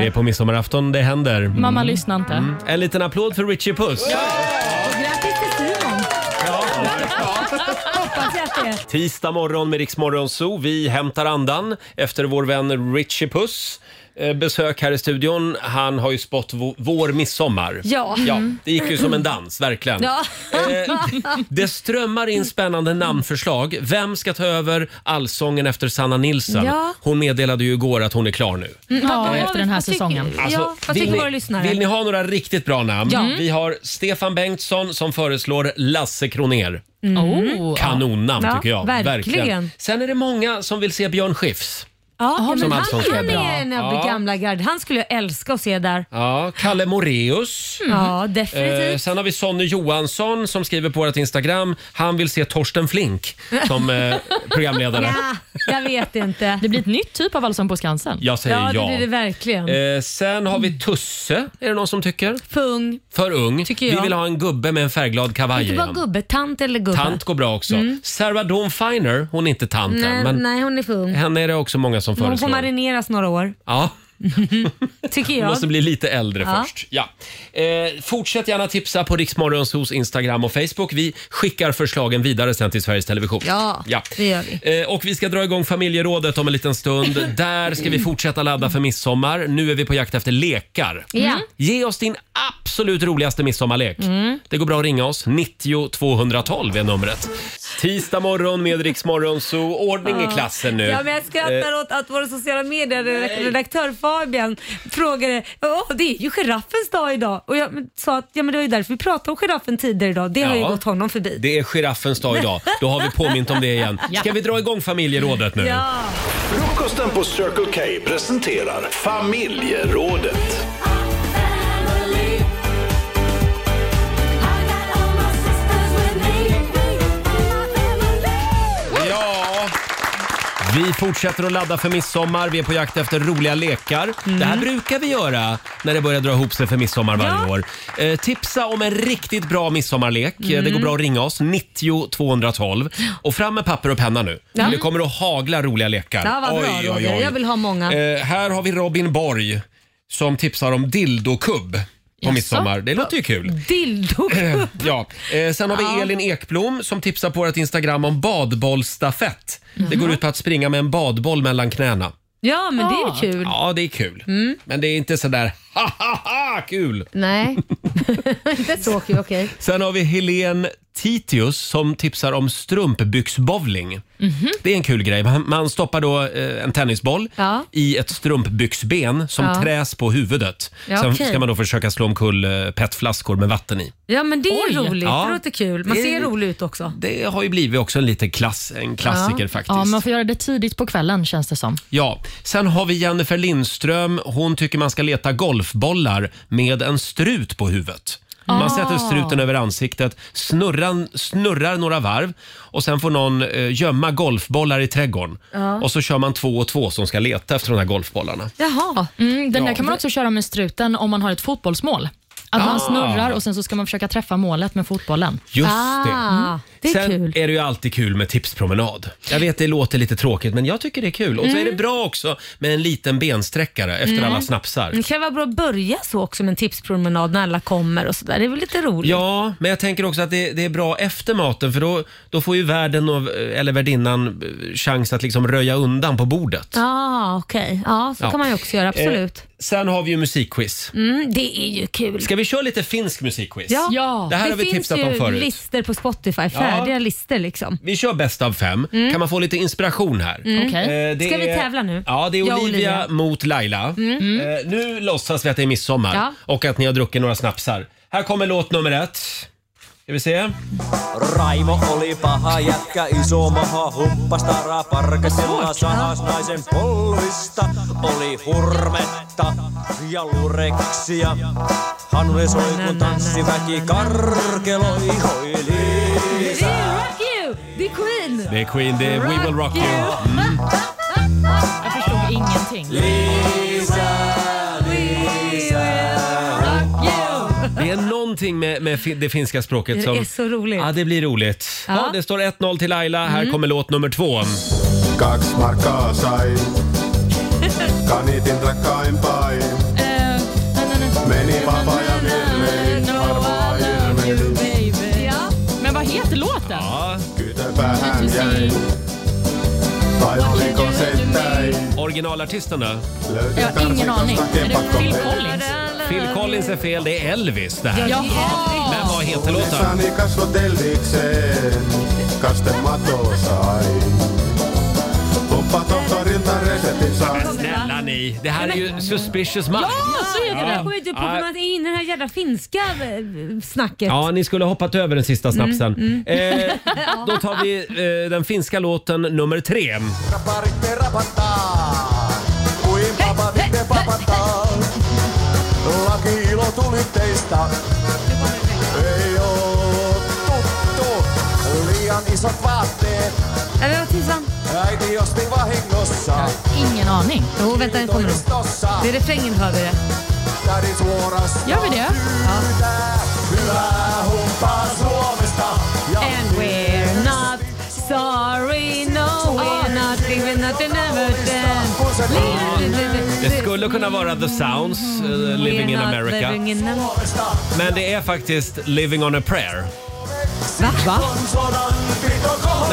A: Det är på midsommarafton det händer.
C: Mamma lyssnar inte.
A: Mm. En liten applåd för Richie Puss.
B: Grattis till Simon. Hoppas jag att det är.
A: Tisdag morgon med Rix Morgon Zoo. Vi hämtar andan efter vår vän Richie Puss. Eh, Besök här i studion. Han har ju spått vå- vår midsommar.
B: Ja. Mm.
A: Det gick ju som en dans, verkligen. Eh,
B: Ja.
A: Det strömmar in spännande namnförslag. Vem ska ta över Allsången efter Sanna Nilsson?
B: Ja.
A: Hon meddelade ju igår att hon är klar nu.
B: Mm, vad- vad-
C: efter den här
B: vad tycker-
C: säsongen.
B: Ja, vad
A: Alltså, vill,
B: tycker
A: ni,
B: våra lyssnare?
A: vill ni ha några riktigt bra namn?
B: Ja.
A: Vi har Stefan Bengtsson som föreslår Lasse Kroner.
B: Mm. Oh,
A: Kanonnamn
B: ja.
A: tycker jag.
B: Ja, verkligen.
A: Sen är det många som vill se Björn Skifs.
B: Ja, ja,
A: Som
B: men han,
A: allsångare.
B: han är en av
A: Ja.
B: det gamla gard. Han skulle jag älska att se där.
A: Ja, Kalle Moreus.
B: Mm. Ja, definitivt.
A: Eh, sen har vi Sonny Johansson som skriver på vårt Instagram. Han vill se Torsten Flink som eh, programledare.
B: Ja, jag vet inte.
C: Det blir ett nytt typ av Allsång på Skansen.
A: Jag säger
B: ja.
A: ja.
B: det blir det verkligen.
A: Eh, sen har vi Tusse. Är det någon som tycker?
B: För ung.
A: För ung.
B: Tycker jag.
A: Vi vill ha en gubbe med en färgglad kavaj
B: Inte
A: i
B: bara
A: han.
B: gubbe, tant eller gubbe.
A: Tant går bra också.
B: Mm.
A: Sarah Dawn Finer, hon är inte tant än,
B: nej,
A: men
B: nej, hon är för ung.
A: henne är det också många som
B: Hon får
A: föreslår.
B: marineras några år,
A: Ja,
B: tycker
A: hon
B: jag.
A: måste bli lite äldre
B: Ja.
A: först. Ja. Eh, fortsätt gärna tipsa på Riksmorgons hos Instagram och Facebook. Vi skickar förslagen vidare sen till Sveriges Television.
B: Ja, det gör vi.
A: Eh, Och vi ska dra igång familjerådet om en liten stund. Där ska vi fortsätta ladda för midsommar. Nu är vi på jakt efter lekar.
B: Ja. Mm.
A: Ge oss din absolut roligaste midsommarlek.
B: Mm.
A: Det går bra att ringa oss. 90 212 är numret. Tisdag morgon med Rix Morgon, så ordning i klassen nu.
B: Ja, men jag skrattar
A: Eh,
B: åt att vår sociala medieredaktör Fabian frågade Åh, det är ju giraffens dag idag. Och jag men, sa att ja, men det var ju därför vi pratade om giraffen tidigare idag. Det har
A: Ja.
B: ju gått honom förbi.
A: Det är giraffens dag idag. Då har vi påmint om det igen.
B: Ja.
A: Ska vi dra igång familjerådet nu?
B: Ja.
D: Frukosten på Circle K presenterar familjerådet.
A: Ja. Vi fortsätter att ladda för midsommar. Vi är på jakt efter roliga lekar. Det
B: Mm.
A: här brukar vi göra när det börjar dra ihop sig för midsommar varje år. Eh, tipsa om en riktigt bra midsommarlek. Eh, Det går
K: Mm.
A: bra att ringa oss, 90 212. Och fram med papper och penna nu.
B: Ja.
A: Det kommer att hagla roliga lekar.
B: Ja, vad bra Roger. Jag vill ha många.
A: Eh, här har vi Robin Borg som tipsar om dildokubb på
B: Jaså?
A: midsommar. Det låter ju kul.
B: Dildokubb.
A: Ja. Eh, sen har vi
B: Ja.
A: Elin Ekblom som tipsar på vårt Instagram om badbollsstafett. Det går ut på att springa med en badboll mellan knäna.
B: Ja, men det är ju kul.
A: Ja, det är kul.
B: Mm.
A: Men det är inte sådär ha ha ha kul.
B: Nej, inte så kul. Okej.
A: Sen har vi Helen Titius som tipsar om strumpbyxbowling.
B: Mhm.
A: Det är en kul grej. Man- Man stoppar då eh, en tennisboll
B: Ja.
A: i ett strumpbyxben som
B: Ja.
A: träs på huvudet.
B: Ja,
A: Sen
B: okej.
A: ska man då försöka slå omkull eh, petflaskor med vatten i.
B: Ja, men det är
C: Oj.
B: roligt.
A: Ja.
B: Det låter kul. Man
A: Det-
B: ser rolig ut också.
A: Det har ju blivit också en liten klass, en klassiker
C: ja.
A: faktiskt.
C: Ja,
A: Ja,
C: man får göra det tidigt på kvällen känns det som.
A: Sen har vi Jennifer Lindström. Hon tycker man ska leta golfbollar med en strut på huvudet. Man
K: Ah.
A: sätter struten över ansiktet, snurrar, snurrar några varv och sen får någon eh, gömma golfbollar i trädgården.
C: Ja.
A: Och så kör man två och två som ska leta efter de här golfbollarna.
C: Jaha. Mm, den
A: Ja.
C: där kan man också köra med struten om man har ett fotbollsmål. Att
A: Ah.
C: man snurrar och sen så ska man försöka träffa målet med fotbollen.
A: Just det. Mm. Sen är det ju alltid kul med tipspromenad. Jag vet det låter lite tråkigt men jag tycker det är kul. Och så är
B: Mm.
A: det bra också med en liten bensträckare efter
B: Mm.
A: alla snapsar.
B: Det kan vara bra att börja så också med en tipspromenad när alla kommer och sådär. Det är väl lite roligt?
A: Ja, men jag tänker också att det, det är bra efter maten för då, då får ju värden och, eller värdinnan eh, chans att liksom röja undan på bordet.
B: Ja, ah, okej. Ja, så
A: Ja.
B: kan man ju också göra. Absolut.
A: Eh, sen har vi ju musikquiz.
B: Mm, det är ju kul.
A: Ska vi köra lite finsk musikquiz?
B: Ja,
A: Det här har vi
B: finns
A: tipsat
B: ju
A: om förut.
B: listor på Spotify, färdiga
A: Ja.
B: listor liksom.
A: Vi kör bäst av fem.
B: Mm.
A: Kan man få lite inspiration här?
B: Mm. Okej.
A: Eh, det
B: Ska vi
A: är-
B: tävla nu?
A: Ja, det är
B: Jag
A: Olivia,
B: och Olivia.
A: mot Laila.
B: Mm.
A: Eh, nu låtsas vi att det är midsommar
B: Ja.
A: och att ni har druckit några snapsar. Här kommer låt nummer ett. Ska vi se?
L: Raimo oli paha jätkä, iso maha, humppas taraa parkasella sahas naisen polvista. Oli hurmetta ja lureksia. Hanunen soi kun tanssiväki karkeloi hoili.
B: Rock you! Det är Queen!
A: Det är Queen, det är We Will Rock You. Mm.
C: Jag förstod ingenting.
A: Det är någonting med, med fi- det finska språket
B: Det
A: som...
B: är så roligt.
A: Ja, det blir roligt. Ja.
B: Ja.
A: det står 1-0 till Laila. Här
B: Mm.
A: kommer låt nummer två.
I: Kaksi markkaa sai. Kanitin rakkain päin.
A: Eh,
C: Eh,
I: Meni vapaa-ajan virvein. Arvoa ilmein.
C: Ja. Men vad heter låten?
A: Ah,
I: Kytepäähän jäin. Vai oliko se täin?
A: Originalartisten då?
I: Jag har ingen aning. Är det niin. Phil Collins?
A: Phil Collins är fel, det är Elvis det här.
I: Jaha!
A: Men vad heter låten?
I: Lissani kasvot elvikseen, kaste matoa sai. Tuppa tohtorilta reseptin sai.
A: Men snälla ni, det här är ju Suspicious Minds.
B: Ja, så är det!
A: Ja.
B: Jag kommer inte på
A: Ja.
B: att man är inne i det här jävla finska eh, snacket.
A: Ja, ni skulle ha hoppat över den sista snapsen.
B: Mm, mm.
A: Eh, då tar vi eh, den finska låten nummer tre.
L: Raparitte rapattaa, kuin paparitte papataa. Laki ilo tuli teistä, ei oo tuttu. Liian isot vaatteet,
B: Ja, vi har tissan.
L: äiti osti vahingossa.
C: Ingen aning.
B: Jo, vänta, den kommer nog. Det är refrängen hör vi det.
L: Tädit suorastaan
B: Gör vi det?
L: pyytää. Hyvää humppaa Suomesta ja
B: And we're not sorry, no we're not even not in
A: Det skulle kunna vara The Sounds, eh,
B: Mm.
A: Living in America. Men det är faktiskt Living on a prayer.
B: Va? Va?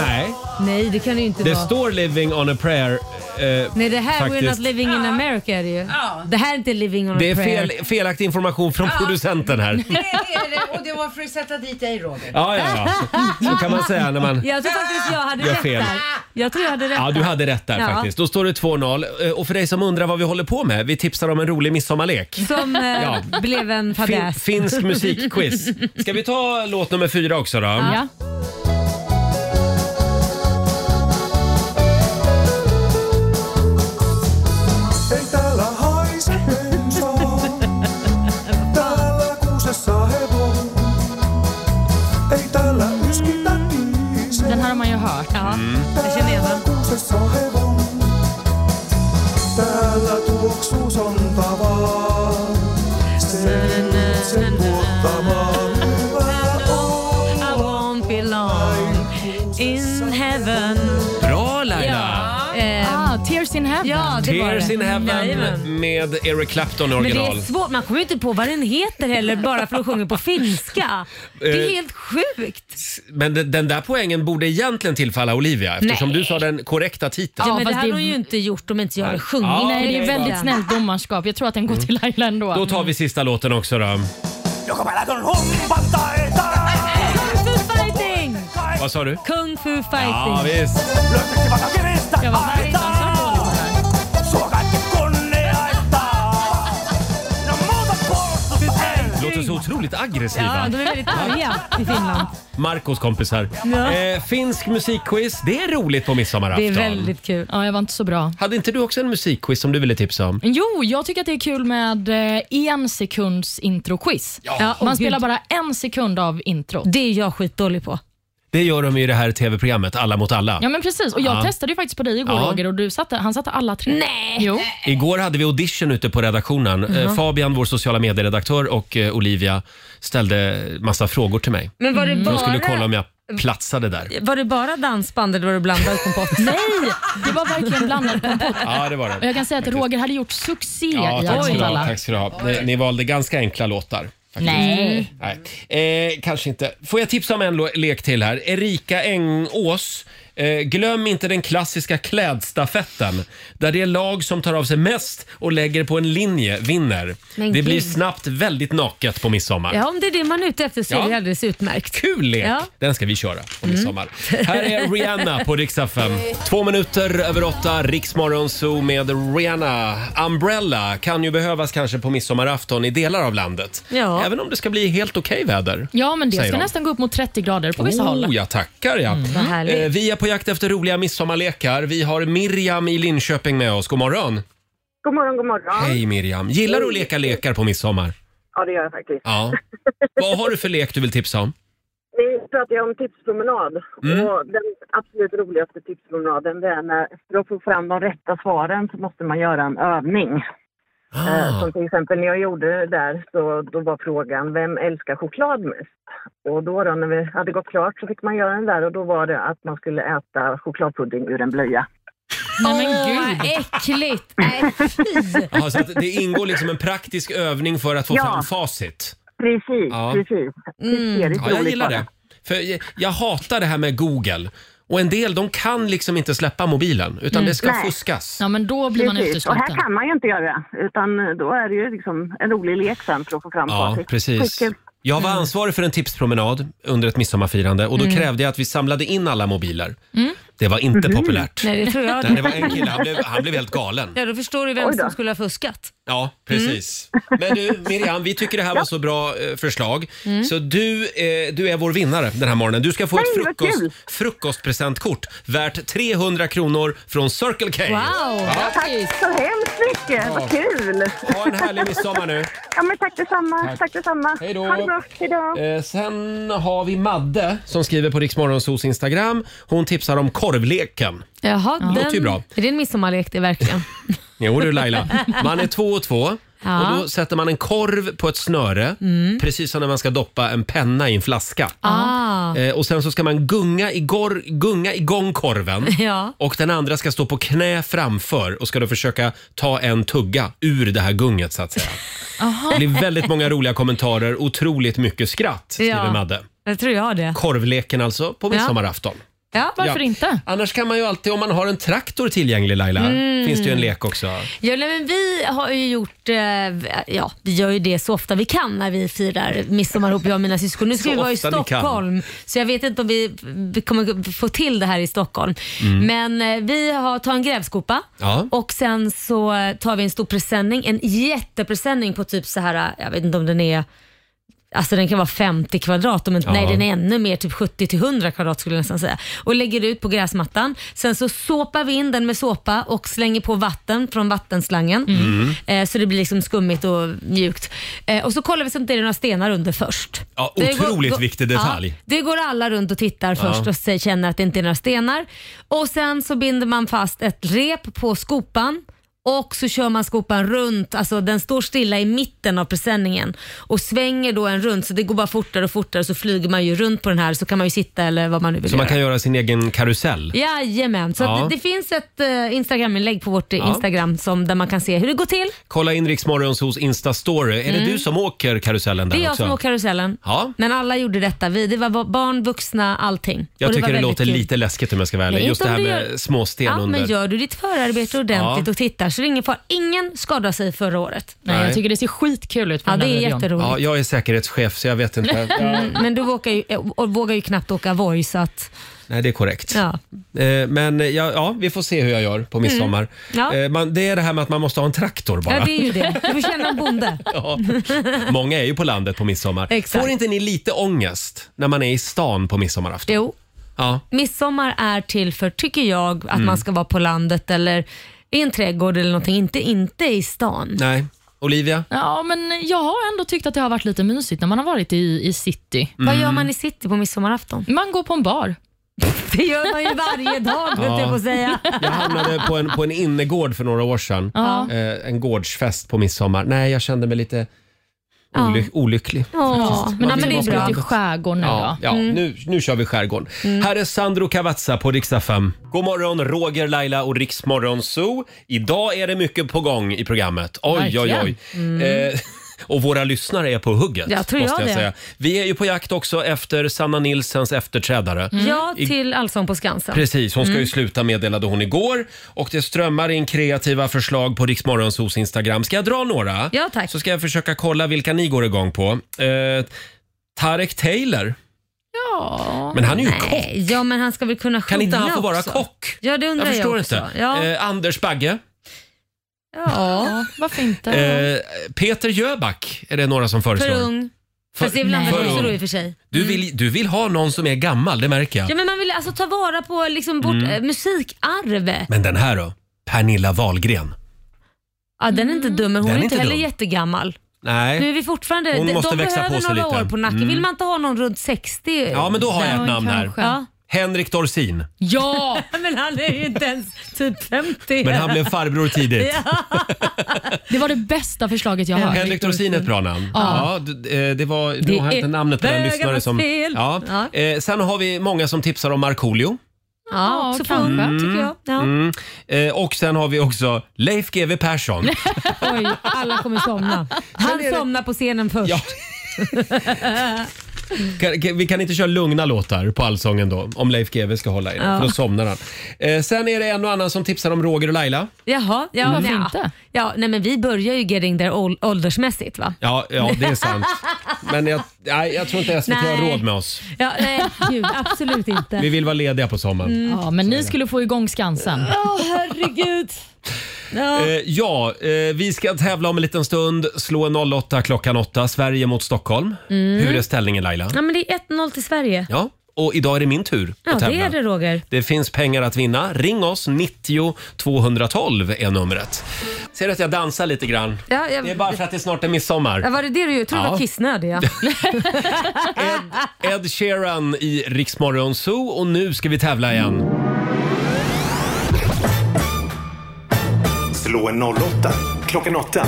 A: Nej,
B: Nej, det kan det ju inte
A: det
B: vara.
A: står Living on a prayer. eh,
B: Nej, det här
A: faktiskt.
B: We're not living in America är det ju. Det här är inte living on a
A: Det är
B: prayer.
A: fel, felaktig information från
G: Ja.
A: producenten här.
G: Det är det och det var för att sätta dit dig Roger.
A: Ja, ja, ja. Så kan man säga när man...
B: Jag tror faktiskt jag hade
A: Gör
B: rätt
A: fel.
B: där. Jag tror jag hade rätt
A: Ja, du hade rätt där
B: Ja.
A: faktiskt. Då står det 2-0. Eh, Och för dig som undrar vad vi håller på med, vi tipsar om en rolig midsommarlek.
B: Som eh,
A: Ja.
B: blev en
A: Fin,
B: fadäs.
A: finsk musikquiz. Ska vi ta låt nummer fyra också då?
B: Ja.
L: Ei täällä haise bensaa. Täällä kuusessa hevon. Ei täällä yskitä niisen.
C: Den här har man ju hört. Ja,
B: jag känner igen
L: Täällä kuusessa hevon. Täällä tuoksuu sontavaa. Sen, sen tuottamaan. Hyvää
B: I won't be long in heaven.
A: Bra Laila!
B: Eh,
C: ah, Tears in heaven.
B: Ja, det var
A: Tears
B: det.
A: in
B: Jajamän.
A: heaven med Eric Clapton
B: Men det
A: original.
B: är svårt, man kommer ju inte på vad den heter heller bara för att sjunga på finska. Det är
A: Eh,
B: helt sjukt.
A: Men de- den där poängen borde egentligen tillfalla Olivia eftersom
B: Nej.
A: du sa den korrekta
B: Ja,
A: titeln.
B: men det hade hon ju inte gjort om inte jag hade sjungit.
A: Ja,
C: Nej, det är
A: det är
C: väldigt
A: bra.
C: snällt domarskap. Jag tror att den går till Laila ändå.
A: Då tar vi sista låten också då.
L: Joka päivä on humpata ei
B: Kung Fu fighting!
A: Vad sa du?
B: Kung Fu fighting.
A: Ja, visst.
L: Ja, vad är det?
A: låter så otroligt aggressiva.
K: Ja, de är väldigt arga i Finland.
A: Marcos kompisar.
K: Ja.
A: Eh, finsk musikquiz, det är roligt på midsommarafton.
C: kul. Ja, jag var inte så bra.
A: Hade inte du också en musikquiz som du ville tipsa om?
C: Jo, jag tycker att det är kul med eh, en sekunds introquiz.
A: Ja,
C: Man
A: åh,
C: spelar
A: gud.
C: bara en sekund av introt. Det är jag skitdålig på.
A: Det gör de ju i det här tv-programmet Alla mot alla.
C: Ja, men precis. Och jag
A: Ja.
C: testade ju faktiskt på dig igår
A: Ja.
C: Roger och du satte, han satte alla tre. Nej! Jo.
A: Igår hade vi audition ute på redaktionen. Eh,
B: Jaha.
A: Fabian, vår sociala medieredaktör och eh, Olivia ställde massa frågor till mig.
B: Men var det
A: De skulle
B: bara-
A: kolla om Mm. jag platsade där.
B: Var det bara dansband eller var det blandad kompott?
C: Nej, det var verkligen blandad kompott.
A: Ja, det var det.
C: Och jag kan säga att Roger hade gjort succé
A: Ja,
C: i
A: tack, ska
C: Alla
A: du
C: mot
A: ha,
C: alla.
A: tack ska du ha. Ni, ni valde ganska enkla låtar. faktiskt.
C: Nej.
A: Nej. Eh, kanske inte. Får jag tipsa om en lo- lek till här? Erika Engås. Eh, glöm inte den klassiska klädstafetten där det lag som tar av sig mest och lägger på en linje vinner.
B: Men
A: det blir
B: gud.
A: snabbt väldigt naket på midsommar.
B: Ja, om det är det man är ute efter så
A: Ja. Eh.
B: är det alldeles utmärkt.
A: Kul lek!
B: Ja.
A: Den ska vi köra på
B: Mm.
A: midsommar. Här är Rihanna på riksdag 5. Två minuter över åtta, Riksmorgon Zoo med Rihanna. Umbrella kan ju behövas kanske på midsommarafton i delar av landet.
C: Ja.
A: Även om det ska bli helt okej väder.
C: Ja, men det
A: säger
C: ska
A: de.
C: nästan gå upp mot 30 grader på vissa håll. Mm,
A: Oh, jag tackar ja.
C: vad härligt.
A: Eh, Vi är på jakt efter roliga midsommarlekar. Vi har Miriam i Linköping med oss. God morgon!
M: God morgon, god morgon.
A: Hej Miriam! Gillar du att leka lekar på midsommar?
M: Ja, det gör jag faktiskt.
A: Ja. Vad har du för lek du vill tipsa om?
M: Vi pratar ju om tipspromenad.
A: Mm.
M: Och den absolut roligaste tipspromenaden det är när, för att få fram de rätta svaren så måste man göra en övning. Eh,
A: Ah.
M: som till exempel när jag gjorde det där så då var frågan vem älskar choklad mest? Och då, då när vi hade gått klart så fick man göra den där och då var det att man skulle äta chokladpudding ur en blöja.
C: Nej, men
B: Åh,
C: gud.
B: vad äckligt! Nej, fy.
A: Jaha, så att det ingår liksom en praktisk övning för att få
M: Ja.
A: fram facit?
M: Precis,
A: Ja.
M: precis. Hysteriskt
A: Ja, jag
M: roligt
A: gillar
M: var
A: det. För jag, jag hatar det här med Google. Och en del de kan liksom inte släppa mobilen utan
M: Mm.
A: det ska
M: Nej.
A: fuskas.
C: Ja, men då blir man
M: Precis, och
C: utesluten.
M: här kan man ju inte göra det, utan då är det ju liksom en rolig lek sen för att få fram
A: Ja,
M: facit.
A: precis.
M: Skitkul.
A: Jag var ansvarig för en tipspromenad under ett midsommarfirande och då
M: Mm.
A: krävde jag att vi samlade in alla mobiler. Det var inte populärt.
B: Mm. Mm-hmm. Nej, det tror jag.
A: Nej, det var en kille, han blev, han blev helt galen.
B: Ja, då förstår du vem som skulle ha fuskat.
A: Ja, precis. Men du Miriam, vi tycker det här var så bra eh, förslag.
B: Mm.
A: Så du, eh, du är vår vinnare den här morgonen. Du ska få ett
B: Nej, vad
A: frukost,
B: kul.
A: frukostpresentkort värt 300 kronor från Circle K. Ja.
M: Tack så hemskt mycket,
A: Ja.
M: vad kul!
A: Ha en härlig midsommar nu.
M: Ja, men tack detsamma,
A: Tack.
M: tack, detsamma.
A: Hej då.
M: Ha det bra, hej då.
A: Eh, sen har vi Madde som skriver på Riksmorgonsos Instagram. Hon tipsar om korvleken.
B: Jaha,
A: Ja. Låter ju
B: den,
A: bra.
B: är det en midsommarlek det verkligen?
A: Jo du Laila, man är två och två.
B: Ja.
A: Och då sätter man en korv på ett snöre,
B: Mm.
A: precis som när man ska doppa en penna i en flaska.
B: Ah.
A: Eh, och sen så ska man gunga, igor, gunga igång korven
B: Ja.
A: och den andra ska stå på knä framför och ska då försöka ta en tugga ur det här gunget så att säga. Det blir väldigt många roliga kommentarer, otroligt mycket skratt skriver
B: Ja.
A: Madde.
B: Jag tror jag det.
A: Korvleken alltså, på
B: Ja.
A: midsommarafton.
B: Ja,
A: varför Ja.
C: inte?
A: Annars kan man ju alltid, om man har en traktor tillgänglig Laila,
B: Mm.
A: finns det ju en lek också.
B: Ja, nej, men vi har ju gjort, eh, ja vi gör ju det så ofta vi kan när vi firar midsommar ihop jag och mina syskon. Nu ska
N: Så
B: vi vara i
N: ofta ni kan.
B: Stockholm så jag vet inte om vi, vi kommer få till det här i Stockholm.
N: Mm.
B: Men eh, vi har tar en grävskopa
N: Ja.
B: och sen så eh, tar vi en stor presenning, en jättepresenning på typ så här, eh, jag vet inte om den är Alltså den kan vara 50 kvadrat, om inte,
N: Ja.
B: nej den är ännu mer, typ 70-100 kvadrat skulle jag nästan säga. Och lägger ut på gräsmattan. Sen så såpar vi in den med såpa och slänger på vatten från vattenslangen.
A: Mm.
B: Eh, så det blir liksom skummigt och mjukt. Eh, och så kollar vi så att det är några stenar under först.
A: Ja,
B: Det
A: otroligt viktig detalj.
B: Ja, det går alla runt och tittar först
A: Ja.
B: och säger- känner att det inte är några stenar. Och sen så binder man fast ett rep på skopan och så kör man skopan runt, alltså den står stilla i mitten av presenningen och svänger då en runt så det går bara fortare och fortare så flyger man ju runt på den här så kan man ju sitta eller vad man nu vill
A: Så
B: göra.
A: man kan göra sin egen karusell.
B: Jajamän, så
A: Ja.
B: att det, det finns ett eh, Instagram-inlägg på vårt eh,
A: Ja.
B: Instagram som, där man kan se hur det går till.
A: Kolla in Riksmorgonsos Insta-story. Är
B: Mm.
A: det du som åker karusellen där
B: det är jag
A: också?
B: som åker karusellen.
A: Ja.
B: Men alla gjorde detta. Vi, det var barn, vuxna, allting.
A: Jag tycker
B: Och
A: det,
B: var väldigt
A: låter
B: kul.
A: lite läskigt om jag ska vara
B: Nej,
A: ärlig.
B: inte
A: Just det
B: om
A: här
B: du
A: med
B: gör-
A: småsten
B: ja,
A: under.
B: Men gör du ditt förarbete ordentligt
A: Ja.
B: och tittar så det är ingen fara. Ingen skadade sig förra året.
A: Nej, jag Nej. tycker
B: det ser skitkul ut.
A: på
B: Ja,
A: den
B: det
A: där
B: är
A: videon. Ja,
B: jätteroligt.
A: jag är säkerhetschef så jag vet inte. Ja.
B: Mm, Men du vågar ju, och vågar ju knappt åka Voi så att,
A: Nej, det är korrekt.
B: ja. Mm.
A: Eh, Men ja, ja, vi får se hur jag gör på midsommar.
B: Ja.
A: Eh, Man, det är det här med att man måste ha en traktor bara.
B: ja, det är ju det. Du får känna en bonde.
A: Ja. Många är ju på landet på midsommar.
B: Exakt.
A: Får inte ni lite ångest när man är i stan på midsommarafton?
B: Jo,
A: Ja.
B: midsommar är till för, tycker jag, att
A: Mm.
B: man ska vara på landet eller i en trädgård eller någonting. Inte, inte i stan.
A: Nej. Olivia?
C: Ja, men jag har ändå tyckt att det har varit lite mysigt när man har varit i, i city.
A: Vad gör Mm. man
B: i city på midsommarafton?
C: Man går på en bar.
B: Det gör man ju varje dag, höll
A: Ja.
B: jag på att säga.
A: Jag hamnade på en, på en innergård för några år sedan.
B: Ja.
A: Eh, En gårdsfest på midsommar. Nej, jag kände mig lite
C: Ja.
A: oly- olycklig.
C: Ja,
A: faktiskt.
C: men,
A: Man
C: men det
A: vill vara
C: är bra.
A: på
C: Ut i
A: landet.
C: skärgården nu
A: Ja,
C: då.
A: ja
B: Mm.
A: nu, nu kör vi skärgården. Här är Sandro Cavazza på riksdag 5. God morgon, Roger, Laila och Riksmorgon Zoo. Idag är det mycket på gång i programmet. Oj, oj,
B: Verkligen.
A: oj.
B: Mm.
A: Eh, och våra lyssnare är på hugget.
B: Jag tror
A: måste
B: jag det.
A: säga. Vi är ju på jakt också efter Sanna Nilsens efterträdare.
B: Ja,
A: I-
B: till Allsång på Skansen.
A: Precis, hon ska
B: Mm.
A: ju sluta meddelade hon igår. Och det strömmar in kreativa förslag på Riksmorgonsos Instagram. Ska jag dra några?
B: Ja, tack.
A: Så ska jag försöka kolla vilka ni går igång på. Eh, Tarek Taylor.
B: Ja.
A: Men han är ju kock.
B: Nej. Ja, men han ska väl kunna sjunga
A: Kan inte han få vara
B: också?
A: kock?
B: Ja, det undrar
A: Jag
B: jag,
A: förstår
B: också.
A: inte.
B: Ja.
A: Eh, Anders Bagge.
B: ja, varför inte?
A: Eh, Peter Jöback är det några som
B: för
A: föreslår.
B: ung. Fast det är väl
A: För-
B: andra
A: för
B: också då
A: ung.
B: i och för sig.
A: Du vill, du vill ha någon som är gammal, det märker jag.
B: Ja, men man vill alltså ta vara på liksom vårt
A: Mm.
B: eh, musikarv.
A: Men den här då? Pernilla Wahlgren.
B: Ja, den är inte dum, men hon
A: Mm. Den
B: är
A: är
B: inte
A: inte
B: heller
A: dum.
B: jättegammal. Nu är
A: Nej.
B: vi fortfarande...
A: Hon
B: de-
A: måste
B: de
A: växa
B: behöver
A: på sig
B: några
A: lite.
B: år på nacken.
A: Mm.
B: Vill man inte ha någon runt 60?
A: Ja, men då har jag
B: Ja,
A: ett namn här.
B: kanske. Ja.
A: Henrik Dorsin.
B: Ja! men han är ju inte ens typ 50.
A: Men han blev farbror tidigt.
C: Det var det bästa förslaget jag har hört.
A: Henrik Dorsin är ett bra namn. Ja.
C: Ja.
A: d- eh, det var, nu
C: Det
A: har jag inte
C: är
A: namnet på den
C: bögarnas
A: lyssnare som...
C: fel.
A: Ja. Eh, sen har vi många som tipsar om Markoolio.
B: Ja, också på ung, tycker jag. Ja.
A: Mm. Eh, och sen har vi också Leif GW Persson.
B: Oj, alla kommer somna. Han somnar på scenen först.
A: Kan, kan, vi kan inte köra lugna låtar på allsången då, om Leif GW ska hålla i den,
B: Ja.
A: för då somnar han. Eh, sen är det en och annan som tipsar om Roger och Laila.
B: Jaha, ja,
A: Mm.
B: nja.
A: Varför
B: Ja, nej, men vi börjar ju getting there ål- åldersmässigt va?
A: Ja, ja det är sant. Men jag, nej, jag tror inte SVT har
B: Nej.
A: råd med oss.
B: Ja, nej, gud, absolut inte.
A: Vi vill vara lediga på sommaren.
C: Ja, men ni skulle få igång Skansen.
B: Ja, herregud. Ja.
A: Eh, ja, eh, vi ska tävla om en liten stund. Slå en 08 klockan 8. Sverige mot Stockholm.
B: Mm.
A: Hur är ställningen Laila?
B: ja, men det är 1-0 till Sverige.
A: Ja, och idag är det min tur
B: Ja,
A: att tävla.
B: det är det Roger.
A: Det finns pengar att vinna. Ring oss, 90 212 är numret. Ser du att jag dansar lite grann?
B: Ja, jag-
A: Det är bara för att det snart är midsommar.
B: Ja, var det det du gjorde? Jag trodde
A: Ja.
B: det var kissnödig. Ja.
A: Ed Sheeran i Riksmorgon Zoo och nu ska vi tävla igen.
D: Slå en 08 klockan 8.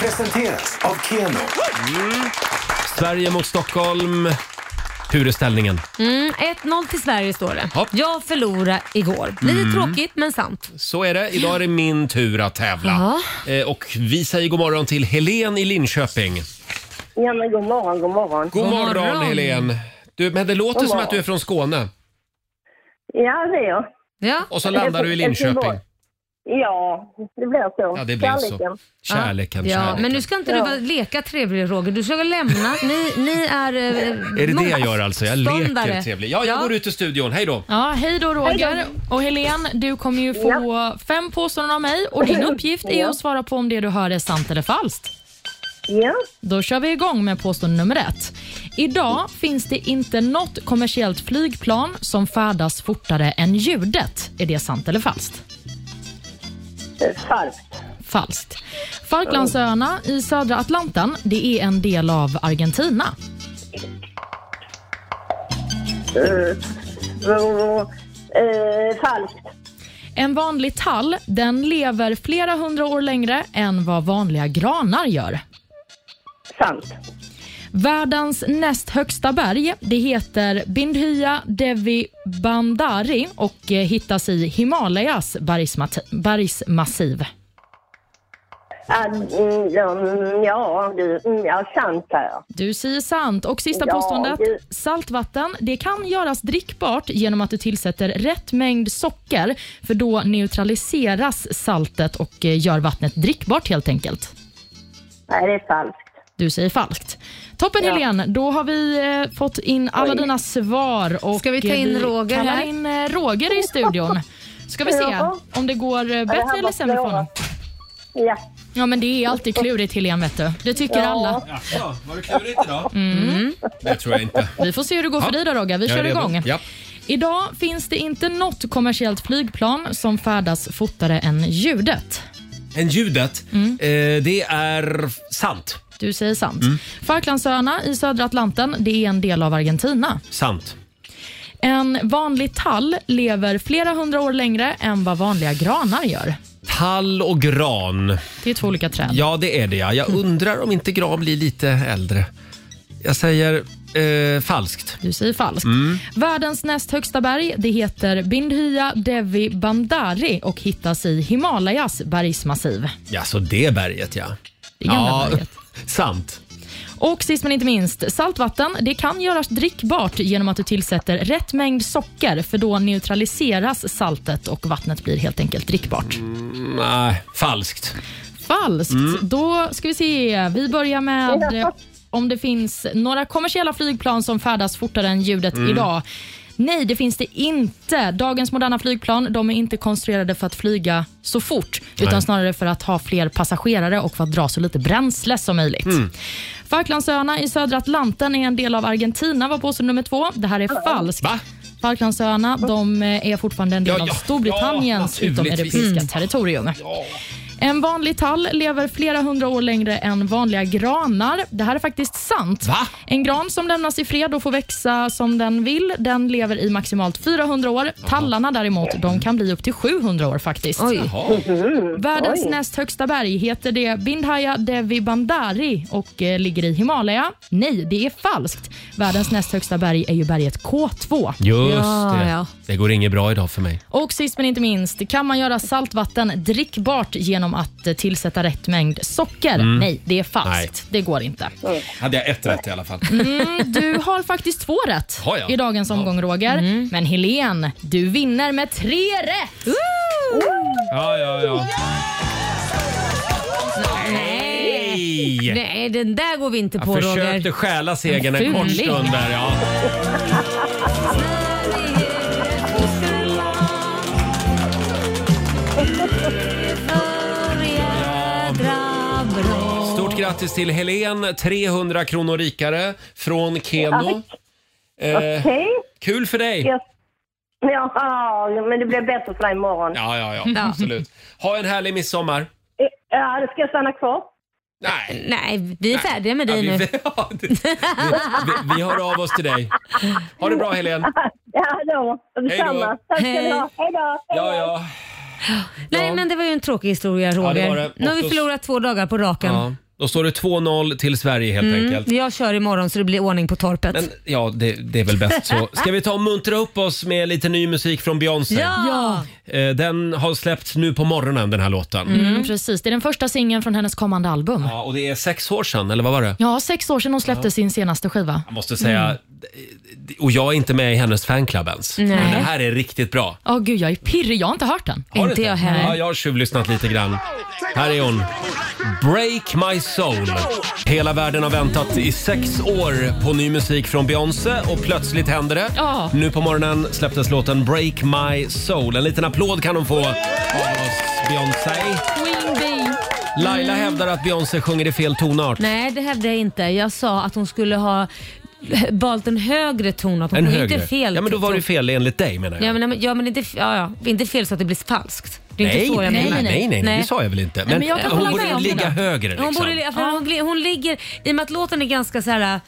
D: Presenteras av Keno.
A: Sverige mot Stockholm. Hur är ställningen?
B: Mm, 1-0 till Sverige står det. Jag förlorade igår. Lite
A: Mm.
B: tråkigt men sant.
A: Så är det. Idag är det min tur att tävla. Eh, och vi säger god morgon till Helen i Linköping.
M: Ja, men god morgon, god morgon.
A: God, morgon, Helen. Du, men det låter
M: God
A: som
M: morgon.
A: att du är från Skåne.
M: Ja, det är jag.
B: Ja.
A: Och så landar du i Linköping.
M: Ja, det blir så.
A: Ja, det blir så. Kärleken,
B: Ja,
A: kärleken.
B: men nu ska inte du
M: Ja.
B: bara leka trevlig Roger. Du ska väl lämna. Ni, ni är... eh,
A: Är det det jag gör alltså? Jag leker
C: Ståndare.
A: trevlig. Ja, jag
C: Ja.
A: går ut ur studion. Hej då!
C: Ja, hej då Roger och Helen. Du kommer ju få fem påståenden av mig och din uppgift är
M: Ja.
C: att svara på om det du hör är sant eller falskt.
M: Ja.
C: Då kör vi igång med påstående nummer ett. Idag finns det inte något kommersiellt flygplan som färdas fortare än ljudet. Är det sant eller falskt?
M: Falskt.
C: Falskt. Falklandsöarna i södra Atlanten, det är en del av Argentina.
M: Eh, och, eh, falskt.
C: En vanlig tall den lever flera hundra år längre än vad vanliga granar gör.
M: Sant.
C: Världens näst högsta berg det heter Bindhya Devi Bandari och eh, hittas i Himalayas bergsmat- bergsmassiv.
N: Ja, mm, mm, ja, du, mm, ja, sant sa jag.
C: Du säger sant. Och sista
N: Ja,
C: påståendet.
N: du-
C: Saltvatten det kan göras drickbart genom att du tillsätter rätt mängd socker. För Då neutraliseras saltet och eh, gör vattnet drickbart helt enkelt.
N: Nej, det är falskt.
C: Du säger falskt. Toppen
N: Ja.
C: Helene, då har vi eh, fått in alla dina svar. Och
B: Ska vi ta
C: eh,
B: in Roger
C: kallar
B: här?
C: in eh, Roger i studion. Ska vi se
N: Ja.
C: om det går eh,
N: det här
C: bättre eller
N: var
C: sämre för
N: bra.
C: honom.
N: Ja.
C: Ja, men det är alltid klurigt Helene, vet du. Det tycker
N: Ja.
C: alla.
H: Jaså, var det klurigt idag?
C: Mm.
A: Det tror jag inte.
C: Vi får se hur det går för
A: Ja.
C: dig då Roger. Vi
A: Jag är
C: kör
A: redo.
C: igång.
A: Ja.
C: Idag finns det inte något kommersiellt flygplan som färdas fortare än ljudet.
A: En ljudet, eh, det är sant.
C: Du säger sant.
A: Mm.
C: Falklandsöarna i södra Atlanten, det är en del av Argentina.
A: Sant.
C: En vanlig tall lever flera hundra år längre än vad vanliga granar gör.
A: Tall och gran.
C: Det är två olika träd.
A: Ja, det är det ja. Jag undrar om inte gran blir lite äldre. Jag säger eh, falskt.
C: Du säger falskt.
A: Mm.
C: Världens näst högsta berg det heter Bindhya Devi Bandari och hittas i Himalayas bergsmassiv.
A: Ja, så det berget ja.
C: Det gamla
A: ja,
C: berget.
A: Sant.
C: Och sist men inte minst, saltvatten det kan göras drickbart genom att du tillsätter rätt mängd socker för då neutraliseras saltet och vattnet blir helt enkelt drickbart.
A: Mm, nej, falskt.
C: Falskt.
A: Mm.
C: Då ska vi se. Vi börjar med eh, om det finns några kommersiella flygplan som färdas fortare än ljudet
K: Mm.
C: idag. Nej, det finns det inte. Dagens moderna flygplan de är inte konstruerade för att flyga så fort utan
K: Nej.
C: snarare för att ha fler passagerare och för att dra så lite bränsle som möjligt.
K: Mm.
C: Falklandsöarna i södra Atlanten är en del av Argentina, var påstående nummer två. Det här är falskt. Falklandsöarna de eh, är fortfarande en del
K: Ja, ja.
C: av Storbritanniens
K: Ja, naturligtvis.
C: utomeuropeiska
K: Mm.
C: territorium. En vanlig tall lever flera hundra år längre än vanliga granar. Det här är faktiskt sant. En gran som lämnas i fred och får växa som den vill, den lever i maximalt 400 år. Tallarna däremot, de kan bli upp till 700 år faktiskt. Världens
K: Oj.
C: näst högsta berg heter det Bindhya Devi Bandari och eh, ligger i Himalaya. Nej, det är falskt. Världens näst högsta berg är ju berget K2.
A: Just det. Det går inget bra idag för mig.
C: Och sist men inte minst, kan man göra saltvatten drickbart genom att eh, tillsätta rätt mängd socker?
A: Mm.
C: Nej, det är falskt. Det går inte.
A: Hade jag ett rätt i alla fall.
C: Mm, du har faktiskt två rätt
A: Har jag?
C: i dagens omgång, Roger. Men Helene, du vinner med tre rätt!
A: Ja, ja, ja.
B: Nej.
A: Nej.
B: Nej, den där går vi inte på
A: Jag
B: Roger.
A: försökte stjäla segern en kort
B: Fuling.
A: stund där. Ja. Stort grattis till Helen, 300 kronor rikare från Keno. Eh,
N: Okej.
A: Kul för dig!
N: Ja. Ja, men det blir bättre för dig imorgon.
A: Ja, ja, ja,
N: Ja.
A: absolut. Ha en härlig midsommar.
N: Ja, det ska jag stanna kvar.
A: Nej.
B: Nej, vi är färdiga med dig
A: Ja,
B: nu.
A: vi, ja, det- vi, vi hör av oss till dig. Ha det bra Helen.
N: Ja, då. Detsamma. Tack ska ni ha. Hej då.
A: Ja, ja.
B: Nej, men det var ju en tråkig historia
A: Ja, det
B: Roger.
A: var det.
B: nu har vi
A: Och då-
B: förlorat två dagar på raken.
A: ja. Då står det 2-0 till Sverige helt
B: Mm,
A: enkelt.
B: Jag kör imorgon så det blir ordning på torpet.
A: Men ja, det, det är väl bäst så. Ska vi ta och muntra upp oss med lite ny musik från Beyoncé?
C: Ja.
A: Eh, Den har släppts nu på morgonen den här låten.
C: Mm, precis. Det är den första singeln från hennes kommande album.
A: Ja, och det är sex år sedan, eller vad var det?
C: Ja, sex år sedan hon släppte
A: Ja.
C: sin senaste skiva.
A: Jag måste säga, och jag är inte med i hennes fanclub ens.
C: Nej.
A: Men det här är riktigt bra.
C: Åh gud, jag är pirrig. Jag har inte hört den.
A: Har du Ja, jag har tjuvlyssnat lite grann. Här är hon. Break My Soul. Hela världen har väntat i sex år på ny musik från Beyoncé och plötsligt händer det.
C: Ja.
A: Nu på morgonen släpptes låten Break My Soul. En liten applåd kan hon få av oss, Beyoncé.
C: Queen Bee.
A: Laila
B: Mm.
A: hävdar att Beyoncé sjunger i fel tonart.
B: Nej, det hävdade jag inte. Jag sa att hon skulle ha valt en högre tonart. Hon
A: En
B: sjunger
A: högre.
B: Inte fel.
A: ja, men då var det ju fel enligt dig menar jag.
B: Ja, men, ja, men inte, ja, ja. inte fel så att det blir falskt. Det är
A: nej,
B: inte så jag
A: nej,
B: menar.
A: nej, nej, nej, det sa jag väl inte. Men,
B: men jag kan
A: hon
B: hålla
A: borde
B: med om det
A: ligga
B: då.
A: högre liksom.
B: Hon, borde, för hon, blir- hon ligger, I och med att låten är ganska så här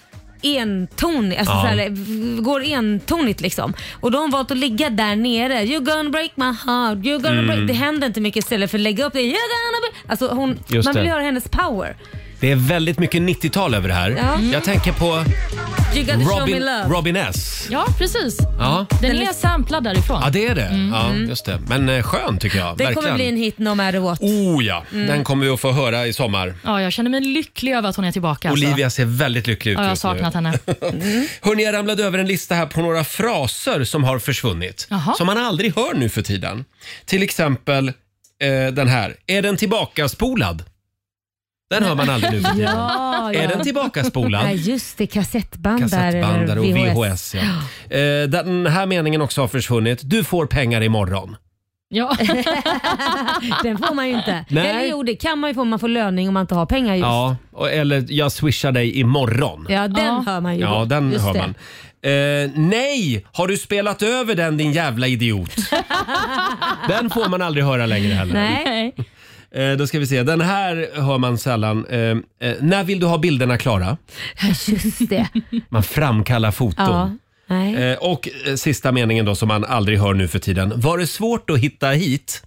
B: entonig, alltså
A: Ja.
B: så här, v- går entonigt liksom. Och då har hon valt att ligga där nere. You're gonna break my heart, you're gonna
A: Mm.
B: break. Det händer inte mycket istället för att lägga upp det. You're gonna break. Alltså hon,
A: Just
B: man vill
A: det.
B: höra hennes power.
A: Det är väldigt mycket 90-tal över det här.
B: Ja.
A: Jag tänker på
B: You gotta show me
A: Robin,
B: love.
A: Robin S.
C: Ja, precis.
A: Ja.
C: Den är samplad därifrån.
A: ja, det är det.
C: Mm.
A: Ja, just det. Men eh, skön tycker jag.
B: Den kommer
A: verkligen.
B: bli en hit no matter what.
A: Oh ja,
C: Mm.
A: den kommer vi att få höra i sommar.
C: Ja, jag känner mig lycklig över att hon är tillbaka. alltså.
A: Olivia ser väldigt lycklig ut
C: Ja, jag har
A: just nu.
C: saknat henne.
A: Hörrni, jag ramlade över en lista här på några fraser som har försvunnit.
C: Jaha.
A: Som man aldrig hör nu för tiden. Till exempel eh, den här. Är den tillbakaspolad? Den hör man aldrig nu för tiden.
B: Ja, ja.
A: Är den tillbakaspolad?
B: Nej, just det. Kassettband,
A: Kassettbandare
B: där
A: och
B: eller
A: VHS. ja. Eh, Den här meningen också har försvunnit. Du får pengar imorgon.
C: Ja.
B: den får man ju inte.
A: Nej.
B: Eller jo, det kan man ju få om man får löning om man inte har pengar just. Ja,
A: Ja, och- eller jag swishar dig imorgon.
B: den hör man ju.
A: Ja, den
B: just
A: hör
B: det.
A: man. Eh, nej, har du spelat över den din jävla idiot? den får man aldrig höra längre heller.
B: Nej.
A: Eh, då ska vi se, den här hör man sällan. Eh, eh, när vill du ha bilderna klara?
B: Ja, Just det.
A: Man framkallar foton.
B: Ja. Nej.
A: Eh, och eh, sista meningen då som man aldrig hör nu för tiden. Var det svårt att hitta hit?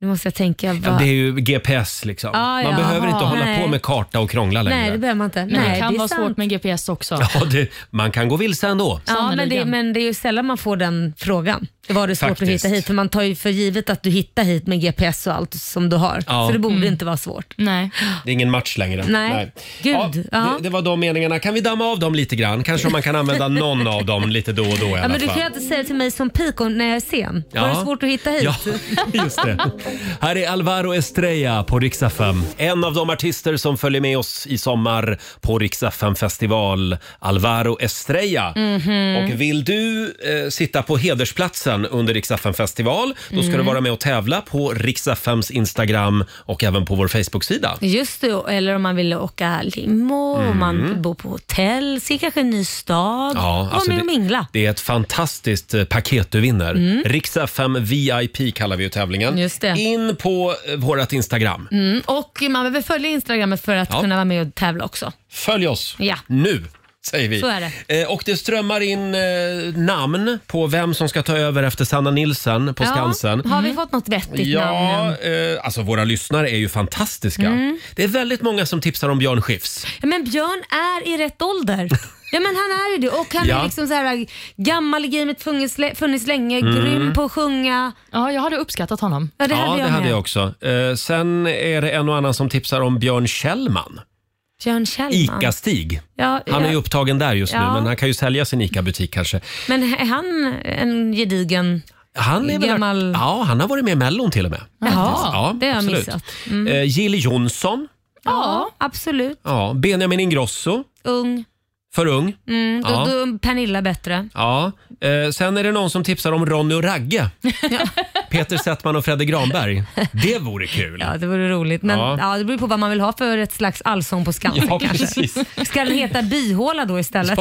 B: Nu måste jag tänka. Vad...
A: Ja, det är ju GPS liksom.
B: Ah,
A: man
B: ja.
A: behöver inte hålla
B: Nej.
A: på med karta och krångla längre.
B: Nej, det behöver man inte.
C: Men
B: Nej,
C: det kan
B: det är
C: vara
B: sant.
C: svårt med GPS också.
A: Ja, det, man kan gå vilse ändå.
B: Ja, men det,
C: Sannerligen.
B: men det är ju sällan man får den frågan. Det var det svårt att
A: Faktiskt.
B: hitta hit? För man tar ju för givet att du hittar hit med GPS och allt som du har.
A: Ja.
B: Så det borde
A: Mm.
B: inte vara svårt.
C: Nej.
A: Det är ingen match längre.
B: Nej. Gud,
A: Ja,
B: ja.
A: Det, det var de meningarna. Kan vi damma av dem lite grann? Kanske om man kan använda någon av dem lite då och då i alla
B: Ja, men du
A: fall.
B: kan ju alltid säga till mig som piko när jag är sen. Var
A: Ja.
B: det svårt att hitta hit?
A: Ja, just det. Här är Alvaro Estrella på Riksa 5. En av de artister som följer med oss i sommar på Riksa 5 festival. Alvaro Estrella.
B: Mhm.
A: Och vill du eh, sitta på hedersplatsen under Riksa 5 festival, då ska
B: Mm.
A: du vara med och tävla på Riksa 5s Instagram och även på vår Facebook-sida.
B: Just det, eller om man vill åka limo, om man
A: Mm.
B: bor på hotell, se kanske en ny stad,
A: Ja,
B: vara
A: alltså
B: med
A: det-
B: och mingla.
A: Det är ett fantastiskt eh, paket du vinner.
B: Mm.
A: Riksa 5 VIP kallar vi ju tävlingen.
B: Just det.
A: In på eh, vårat Instagram.
B: Mm, och man behöver följa Instagram för att
A: Ja.
B: kunna vara med och tävla också.
A: Följ oss
B: Ja.
A: nu, säger vi.
B: Så är
A: Eh, Och det strömmar in eh, namn på vem som ska ta över efter Sanna Nilsson på Skansen.
B: Ja, har vi fått något vettigt namn?
A: Ja, eh, alltså våra lyssnare är ju fantastiska.
B: Mm.
A: Det är väldigt många som tipsar om Björn Skifs.
B: Ja, men Björn är i rätt ålder. Ja men han är ju det och han
A: Ja.
B: är liksom så här gammal i gamet, funnits, lä- funnits länge,
A: Mm.
B: grym på att sjunga.
C: Ja, jag hade uppskattat honom.
B: Ja det hade jag med.
A: också. Eh, sen är det en och annan som tipsar om Björn Kjellman.
B: Björn Kjellman.
A: ICA-Stig.
B: Ja,
A: Han är ju
B: ja.
A: upptagen där just nu,
B: Ja.
A: men han kan ju sälja sin ICA-butik kanske.
B: Men är han en gedigen...
A: Han, är väl-
B: Gammal-
A: ja, han har varit med i Mellon till och med.
B: Jaha,
A: Ja,
B: det har jag
A: absolut.
B: missat. Mm.
A: Eh, Jill Johnson.
B: Ja, absolut.
A: Ja. Benjamin Ingrosso.
B: Ung.
A: För ung.
B: Mm, då,
A: Ja.
B: då är Pernilla bättre.
A: Ja. Eh, sen är det någon som tipsar om Ronny och Ragge. Peter Settman och Fredrik Granberg. Det vore kul.
B: Ja, det vore roligt. Men
A: Ja.
B: ja. det beror på vad man vill ha för ett slags allsång på Skansen
A: Ja,
B: kanske.
A: precis.
B: Ska den heta Bihåla då istället?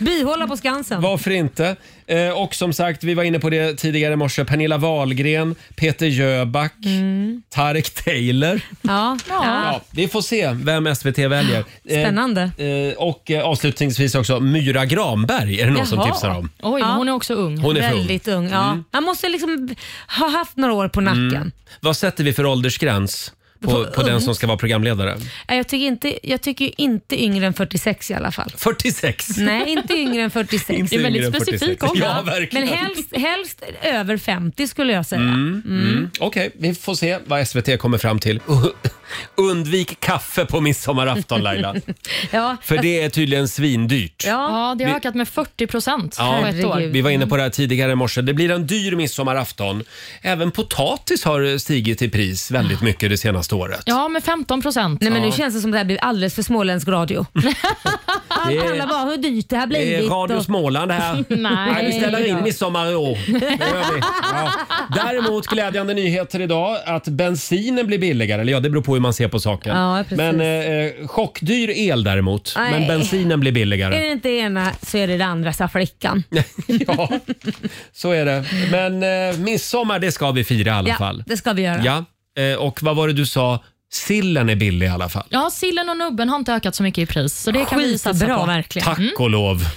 B: Bihåla på Skansen.
A: Varför inte? Eh, och som sagt, vi var inne på det tidigare i morse. Pernilla Wahlgren, Peter Jöback,
B: Mm.
A: Tarek Taylor.
B: Ja.
A: Ja,
B: ja.
A: vi får se vem SVT väljer. Eh,
B: Spännande.
A: eh, och eh, avslutningsvis också Myra Granberg är det någon som
B: Jaha.
A: tipsar om.
C: Oj, men hon är också ung.
A: Hon är för ung.
B: Väldigt ung. Ja.
A: Mm.
B: Man måste liksom ha haft några år på nacken.
A: Mm. Vad sätter vi för åldersgräns på,
B: På
A: på den
B: ung.
A: som ska vara programledare?
B: Nej, Eh, Jag tycker, inte, jag tycker ju inte yngre än 46 i alla fall.
A: 46!
B: Nej, inte yngre än 46.
A: Inte Det är väldigt yngre än specifik 46. ålder. Ja, verkligen.
B: Men helst, helst över 50 skulle jag säga.
A: Mm, mm. Okej, vi får se vad SVT kommer fram till. Undvik kaffe på midsommarafton Laila.
B: ja,
A: För det är tydligen svindyrt.
C: Ja, det har
A: Vi-
C: ökat med 40 procent på
A: Ja,
C: ett år.
A: vi var inne på det här tidigare i morse. Det blir en dyr midsommarafton. Även potatis har stigit i pris väldigt mycket det senaste året.
C: Ja, med 15 procent.
A: Nej, men nu Ja.
B: känns det som det här blir alldeles för småländsk radio.
A: Det
B: Alla
A: är,
B: bara, hur dyrt det här
A: det
B: blivit.
A: är Radio
B: och-
A: Småland det här.
B: Nej.
A: vi ställer in midsommar i år. Det gör vi. Ja. Däremot glädjande nyheter idag att bensinen blir billigare. Eller ja, det beror på hur man ser på saken.
B: Ja, precis.
A: Men eh, chockdyr el däremot. Men
B: Nej.
A: bensinen blir
B: Är
A: billigare.
B: det inte det ena så är det det andra, sa flickan.
A: Så är det. Men eh, midsommar det ska vi fira i alla
B: ja,
A: fall.
B: det ska vi göra.
A: Ja, eh, och vad var det du sa? Sillen är billig i alla fall.
C: Ja, sillen och nubben har inte ökat så mycket i pris, så det kan vi satsa
B: Skitbra,
C: på.
B: verkligen.
A: Tack
C: Mm.
A: och lov.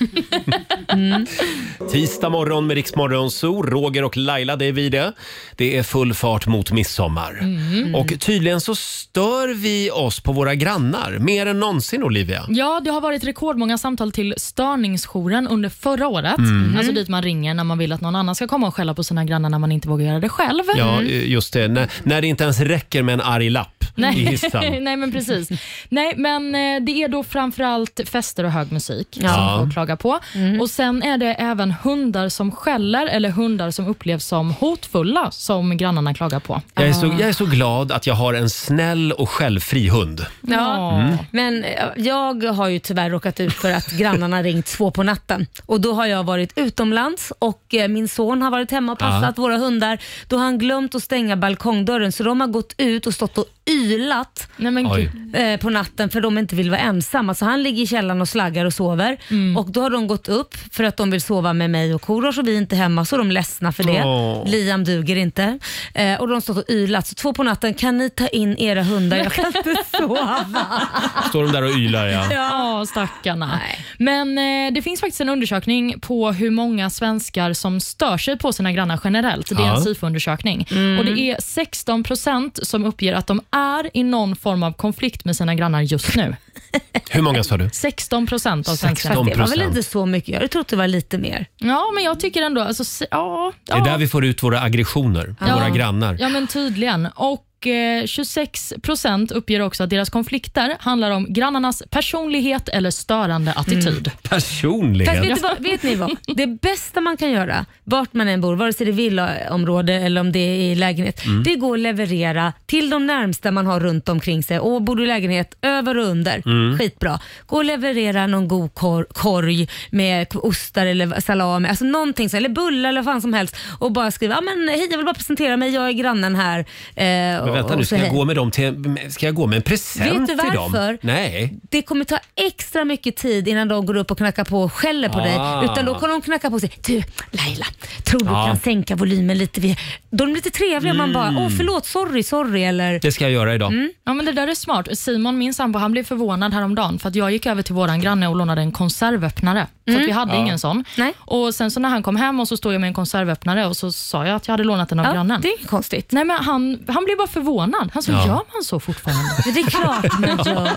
A: Tisdag morgon med Riksmorgon Zoo, Roger och Laila, det är vi det. Det är full fart mot midsommar.
C: Mm.
A: Och tydligen så stör vi oss på våra grannar mer än någonsin, Olivia.
C: Ja, det har varit rekordmånga samtal till störningsjouren under förra året.
A: Mm.
C: Alltså dit man ringer när man vill att någon annan ska komma och skälla på sina grannar när man inte vågar göra det själv.
A: Ja, eh, just det. När, när det inte ens räcker med en arg lapp i hissen.
C: Nej, men precis. Nej, men eh, det är då framförallt fester och hög musik
A: Ja.
C: som folk klagar på. Och Sen är det även hundar som skäller eller hundar som upplevs som hotfulla som grannarna klagar på.
A: Jag är, så, jag är så glad att jag har en snäll och självfri hund.
B: Ja,
A: Mm.
B: men eh, jag har ju tyvärr råkat ut för att grannarna ringt två på natten och då har jag varit utomlands och eh, min son har varit hemma och passat
K: Ja.
B: våra hundar. Då har han glömt att stänga balkongdörren så de har gått ut och stått och ylat
A: Oj.
B: eh, på natten för de inte vill vara ensamma. Så han ligger i källaren och slaggar och sover och då har de gått upp för att de vill sova med mig och Korosh och vi är inte hemma så de är ledsna för det.
K: Åh.
B: Liam duger inte. Eh, och de har stått och ylat. Så två på natten, kan ni ta in era hundar? Jag kan inte sova.
A: Står de där och ylar
C: Ja,
A: ja.
C: stackarna. Men eh, det finns faktiskt en undersökning på hur många svenskar som stör sig på sina grannar generellt. Det är
K: Ja.
C: en SIFO-undersökning.
K: Mm.
C: Och det är 16 procent som uppger att de är i någon form av konflikt med sina grannar just nu.
A: Hur många sa du?
C: 16 procent av
A: 16%.
C: svenskarna.
A: Fast det var väl inte
B: så mycket? Jag trodde det var lite mer.
C: Ja, men jag tycker ändå... Alltså, se- ja,
A: Det är där vi får ut våra aggressioner,
C: Ja.
A: våra grannar.
C: Ja, men tydligen. Och eh, 26 procent uppger också att deras konflikter handlar om grannarnas personlighet eller
B: Mm.
C: störande attityd.
B: Fast vet,
A: Personlighet.
B: ni vad, vet ni vad? Det bästa man kan göra, vart man än bor, vare sig det är villaområde eller om det är i lägenhet,
K: Mm.
B: det går att leverera till de närmsta man har runt omkring sig. Och bor du i lägenhet, över och under,
K: Mm.
B: skitbra. Gå och leverera någon god kor- korg med k- ostar eller salami, alltså någonting så, eller bullar eller vad fan som helst och bara skriva ah, men, hej jag vill bara presentera mig, jag är grannen här. Eh,
A: Men vänta nu, ska jag gå med dem till, ska jag gå med en present
B: Vet du
A: till dem?
B: varför?
A: Nej.
B: det kommer ta extra mycket tid innan de går upp och knackar på och skäller på
A: Ah.
B: dig. Utan då kommer de knacka på och säga Du Laila, tror du
A: Ja.
B: kan sänka volymen lite? Vi- Då är de lite trevliga. Man bara
A: Mm.
B: åh förlåt, sorry, sorry eller
A: Det ska jag göra idag.
C: Mm. Ja, men det där är smart. Simon, min sambo, han blev förvånad häromdagen för att jag gick över till våran granne och lånade en konservöppnare. För
B: Mm.
C: att vi hade
B: Ja.
C: ingen sån. Och Sen så när han kom hem och så stod jag med en konservöppnare och så sa jag att jag hade lånat den av
B: Ja,
C: grannen.
B: det är konstigt.
C: Nej, men han, han blev bara förvånad. Han sa,
A: Ja.
C: gör man så fortfarande?
B: det är klart man gör.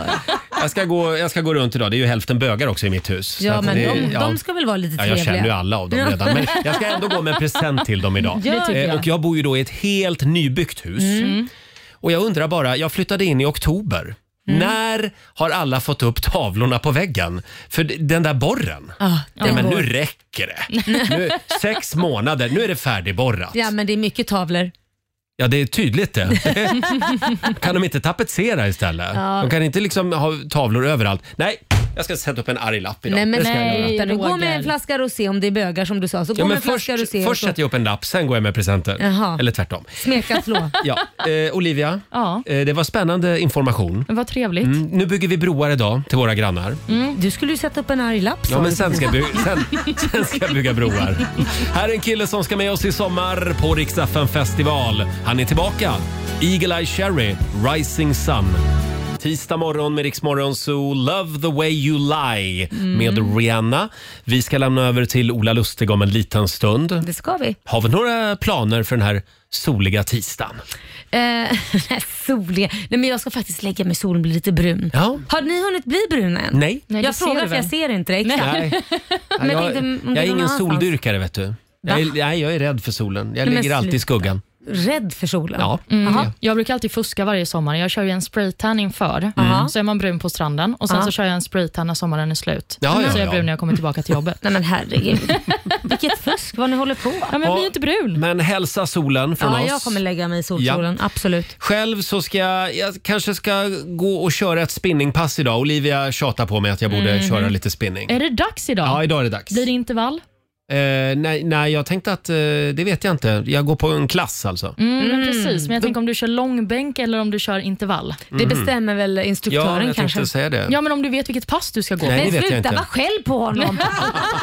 A: Jag ska, gå, jag ska gå runt idag. Det är ju hälften bögar också i mitt hus. Så
B: Ja,
A: att
B: men
A: det-
B: de,
A: ja.
B: de ska väl vara lite
A: Ja,
B: trevliga.
A: jag känner ju alla av dem redan. Men jag ska ändå gå med en present till dem idag.
B: Gör det.
A: Eh, Och jag bor ju då i ett helt nybyggt hus.
B: Mm.
A: Och jag undrar bara, jag flyttade in i oktober.
B: Mm.
A: När har alla fått upp tavlorna på väggen? För d- den där borren.
B: Ja,
A: Nej,
B: det
A: men
B: går.
A: nu räcker det. Nu, sex månader, nu är det färdigborrat.
B: Ja, men det är mycket tavlor.
A: Ja, det är tydligt det. Kan de inte tapetsera istället?
B: Ja.
A: De kan inte liksom ha tavlor överallt. Nej, jag ska sätta upp en arg lapp idag.
B: Nej, men
A: det ska jag
B: nej,
A: göra.
B: utan du går
C: Roger.
B: med en flaska rosé om det är bögar som du sa. Så gå
A: Ja,
B: med
A: men
B: en
A: först
B: flaska rosé och
A: först
B: så
A: sätter jag upp en lapp, sen går jag med presenter.
B: Jaha.
A: Eller tvärtom.
B: smeka slå.
A: Ja, eh, Olivia,
C: Ja.
A: eh, det var spännande information.
C: Vad trevligt.
A: Mm, nu bygger vi broar idag till våra grannar.
B: Du skulle ju sätta upp en arg lapp sa
A: Mm. Ja, men sen
B: du.
A: ska, jag bygga, sen, sen ska jag bygga broar. Här är en kille som ska med oss i sommar på Riksdagen festival. Han är tillbaka. Eagle Eye Cherry, Rising Sun. Tisdag morgon med Riksmorgon Zoo, Love the way you lie
B: Mm.
A: med Rihanna. Vi ska lämna över till Ola Lustig om en liten stund.
B: Det ska vi. Eh,
A: Har vi några planer för den här soliga tisdagen?
B: Eh, soliga. Nej, men jag ska faktiskt lägga mig i solen och bli lite brun. Har ni hunnit bli bruna än?
A: Nej. Nej,
B: jag
A: det ser
B: frågar
A: du
B: för jag
A: väl?
B: ser inte dig. knappt.
A: Nej.
B: Men jag
A: jag,
B: tänkte,
A: jag är
B: om det var någon
A: ingen
B: annanstans.
A: soldyrkare vet du. Jag är, nej, jag är rädd för solen. Jag
C: Nej, men
A: ligger alltid i
C: sluta.
A: skuggan.
B: Rädd för solen?
A: Ja.
C: Mm.
A: Jaha.
C: Jag brukar alltid fuska varje sommar. Jag kör ju en spraytan inför,
A: Mm.
B: Aha.
C: så är man brun på stranden och sen
B: Ja.
C: så kör jag en spraytan när sommaren är slut.
A: Ja, ja,
C: så är jag
A: ja.
C: brun när jag kommer tillbaka till jobbet.
B: Nej men herregud. Vilket fusk vad ni håller på. Ja,
C: men jag blir inte brun.
A: Men hälsa solen från
B: Ja,
A: oss.
B: jag kommer lägga mig i solsolen, absolut.
A: Själv så ska jag, jag kanske ska gå och köra ett spinningpass idag. Olivia tjatar på mig att jag borde
C: Mhm.
A: köra lite spinning.
C: Är det dags idag?
A: Ja, idag är det dags.
C: Blir det intervall?
A: Eh, nej, nej, jag tänkte att eh, det vet jag inte. Jag går på en klass alltså.
C: Mm, Men precis, men jag tänker om du kör långbänk eller om du kör intervall.
A: Det Mhm. bestämmer
B: väl
A: instruktören Ja, jag tänkte kanske. säga det.
C: Ja, men om du vet vilket pass du ska gå.
A: Nej, det Men vet jag sluta, inte. var
B: själv på honom.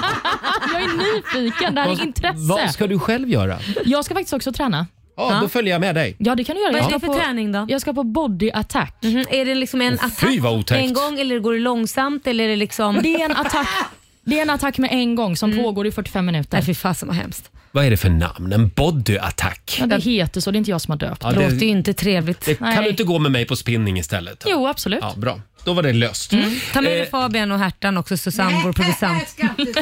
C: jag är nyfiken, det här är intresse.
A: Vad ska du själv göra?
C: Jag ska faktiskt också träna.
A: Ja, då följer jag med dig.
C: Ja, det kan du göra.
B: Vad är
C: Jag
B: det
C: ska
B: för
C: på-
B: träning då?
C: Jag ska på body attack.
B: Är det liksom en
A: Åh,
B: attack
A: fy, vad otäckt.
B: en gång eller går det långsamt? Eller är det, liksom...
C: Det är en attack. Det är en attack med en gång som pågår i 45 minuter.
B: Nej, fy fasen vad hemskt.
A: Vad är det för namn? En body attack?
C: Ja, det heter så, det är inte jag som har döpt
A: Ja, det- Låter ju
B: inte trevligt.
A: Det, kan du inte gå med mig på spinning istället?
B: Jo, absolut. Mm.
A: Ja, bra. Då var det löst.
B: Ta med
A: Eh,
B: dig Fabian och Hertan också, Susanne, vår producent.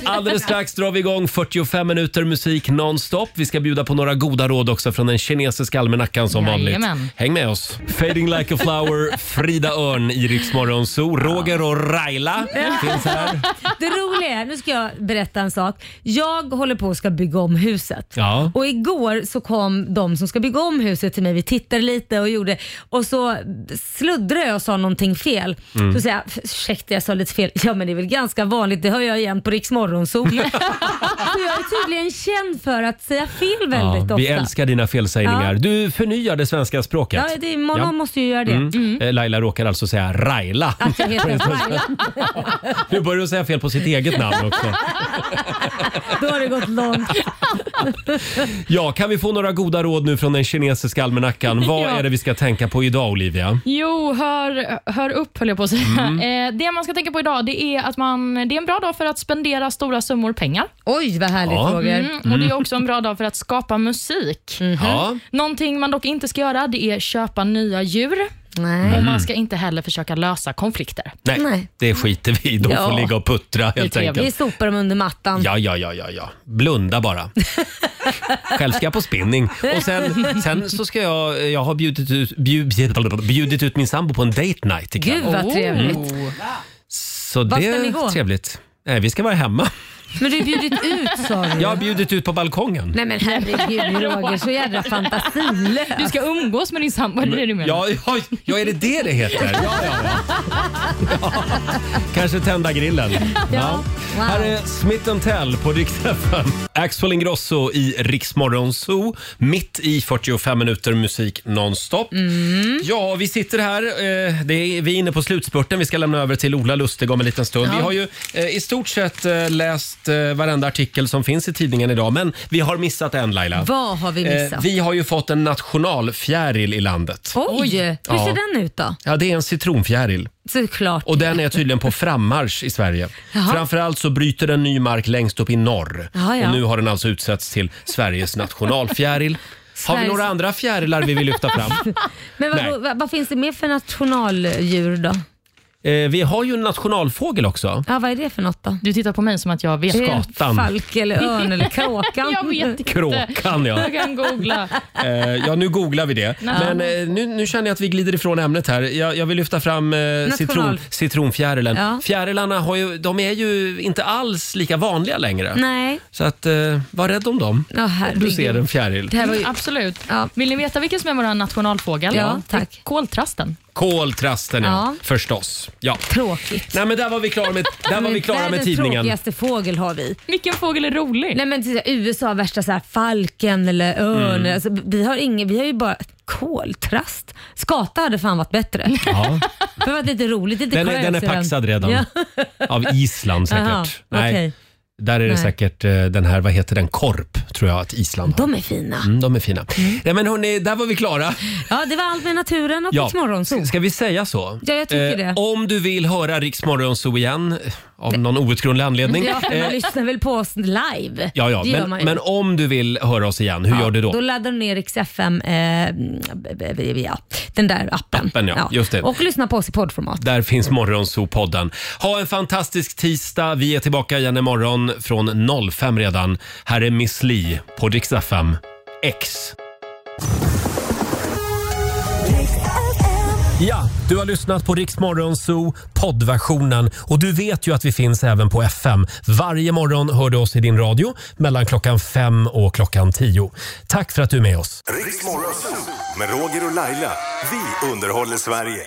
A: Alldeles strax drar vi igång 45 minuter musik nonstop. Vi ska bjuda på några goda råd också från den kinesiska almanackan som vanligt.
C: Jajamän.
A: Häng med oss. Fading like a flower, Frida Örn i Rix Morgon Zoo. Roger och Raila finns här.
B: Det roliga är, nu ska jag berätta en sak. Jag håller på och ska bygga om huset.
A: Ja.
B: Och igår så kom de som ska bygga om huset till mig. Vi tittade lite och gjorde och så sluddrade jag och sa någonting fel.
L: Mm.
B: Så säger jag, ursäkta jag sa lite fel. Ja men det är väl ganska vanligt, det hör jag igen på Rix Morgonzoo. så jag är tydligen känd för att säga fel väldigt ofta.
A: Ja, vi älskar dina felsägningar.
B: Ja.
A: Du förnyar det svenska språket.
B: Ja, det, man
A: Ja.
B: måste ju göra det.
A: Mm.
B: Mm.
A: Eh, Laila råkar alltså säga Raila.
B: Att jag heter Raila.
A: Nu börjar du säga fel på sitt eget namn också.
B: Då har det gått långt.
A: Ja, kan vi få några goda råd nu från den kinesiska almanackan? Vad
C: Ja.
A: är det vi ska tänka på idag, Olivia?
B: Mhm.
C: Jo, hör, hör upp höll jag på att säga. Eh, det man ska tänka på idag det är att man, det är en bra dag för att spendera stora summor pengar.
B: Oj, vad härligt
L: Ja. Roger.
C: och det
L: Mm.
C: är också en bra dag för att skapa musik.
A: Mm.
L: Ja.
C: Någonting man dock inte ska göra det är köpa nya djur.
B: Nej.
C: Och
A: Mm.
C: man ska inte heller försöka lösa konflikter.
A: Nej, det skiter vi i. De
B: Ja.
A: får ligga och puttra
B: Det är
A: helt
B: trevligt. Vi
A: enkelt.
B: sopar dem under mattan.
A: Ja, ja, ja, ja, ja. Blunda bara. Själv ska jag på spinning. Och sen, sen så ska jag, jag har bjudit ut, bjud, bjudit ut min sambo på en date night ikväll.
B: Gud vad trevligt.
A: Så
B: Var
A: det
B: ska ni
A: är
B: gå?
A: trevligt. Nej, vi ska vara hemma.
B: Men du har bjudit ut sa du.
A: Jag har bjudit ut på balkongen.
B: Nej men herregud Roger, så jädra fantasilös.
C: Du ska umgås med din sambo, är det det du menar?
A: Ja, ja, ja, är det det det heter? Ja, ja, ja. ja. Kanske tända grillen. Ja.
L: Wow.
A: Här är Smith Tell på Rix FM. Axel Ingrosso i Rix Morgon Zoo, mitt i 45 minuter musik nonstop. Ja, vi sitter här. eh, Det är, vi är inne på slutspurten. Vi ska lämna över till Ola Lustig om en liten stund.
L: Ja.
A: Vi har ju eh, i stort sett eh, läst eh, varenda artikel som finns i tidningen idag, men vi har missat en Laila.
B: Vad har vi missat?
A: Eh, Vi har ju fått en nationalfjäril i landet.
B: Oj, hur
A: Ja.
B: ser den ut då?
A: Ja, det är en citronfjäril.
B: Såklart.
A: Och den är tydligen på frammarsch i Sverige.
B: Jaha.
A: Framförallt så bryter den ny mark längst upp i norr.
B: Ja, ja.
A: Och nu har den alltså utsetts till Sveriges nationalfjäril. Har vi
B: Sveriges-
A: några andra fjärilar vi vill lyfta fram?
B: Men
A: Nej.
B: vad, vad, vad finns det mer för nationaldjur då?
A: Eh, vi har ju en nationalfågel också.
B: Ja, vad är det för något då?
C: Du tittar på mig som att jag vet.
B: Är det en
A: Skatan.
B: Falk eller örn eller kråkan?
C: Jag vet inte.
A: Kråkan, ja.
C: Jag kan googla.
A: Eh, ja, nu googlar vi det.
C: Ja.
A: Men eh, nu, nu känner jag att vi glider ifrån ämnet här. Jag, jag vill lyfta fram eh, citron,
B: National-
A: citronfjärilen.
B: Ja.
A: Fjärilarna har ju, de är ju inte alls lika vanliga längre.
B: Nej.
A: Så att, eh, var rädd om dem.
B: Ja,
A: om du
B: herregud.
A: ser en fjäril.
B: Det här var ju-
C: Absolut. Vill ni veta vilken som är vår nationalfågel?
A: Ja,
C: tack. Koltrasten.
A: Koltrasten, ja.
C: Ja.
A: Förstås. Ja.
B: Tråkigt.
A: Nej, men där var vi klara med, där var vi klara med
B: Världens
A: tidningen. Mm.
B: tråkigaste fågel har vi.
C: Vilken fågel är rolig?
B: Nej, men till exempel USA har värsta så här, falken eller örn.
A: Mm.
B: Alltså, vi, har ingen, vi har ju bara koltrast. Skata hade fan varit bättre.
A: Ja.
B: Det var lite roligt. Lite
A: Den är-
B: skönt
A: den är
B: i den.
A: paxad redan.
B: Ja.
A: Av Island säkert.
B: Jaha,
A: Nej.
B: okej.
A: Där är det
B: Nej.
A: säkert eh, den här, vad heter den, korp tror jag att Island har.
B: De är fina.
A: Mm, de är fina. Nej, men hörni, där var vi klara.
B: Ja, det var allt med naturen och ja. morgonzoo.
A: Ska vi säga så? Eh,
B: Ja, jag tycker det.
A: Om du vill höra Riks Morgonzoo igen, eh, av någon outgrundlig anledning.
B: Ja, man
A: eh,
B: lyssnar väl på oss live?
A: ja, ja
B: det gör
A: men,
B: man ju.
A: men om du vill höra oss igen, hur gör du då?
B: Då laddar du ner Rix FM, eh, ja, den där appen.
A: Appen, ja. Just det.
B: Och lyssna på oss i poddformat.
A: Där finns Morgonzoo-podden. Ha en fantastisk tisdag. Vi är tillbaka igen imorgon från 05 redan. Här är Miss Li på Rix FM. X. Ja, du har lyssnat på Rix Morgonzoo poddversionen och du vet ju att vi finns även på FM. Varje morgon hör du oss i din radio mellan klockan fem och klockan tio. Tack för att du är med oss.
D: Riks Morgonzoo med Roger och Laila. Vi underhåller Sverige.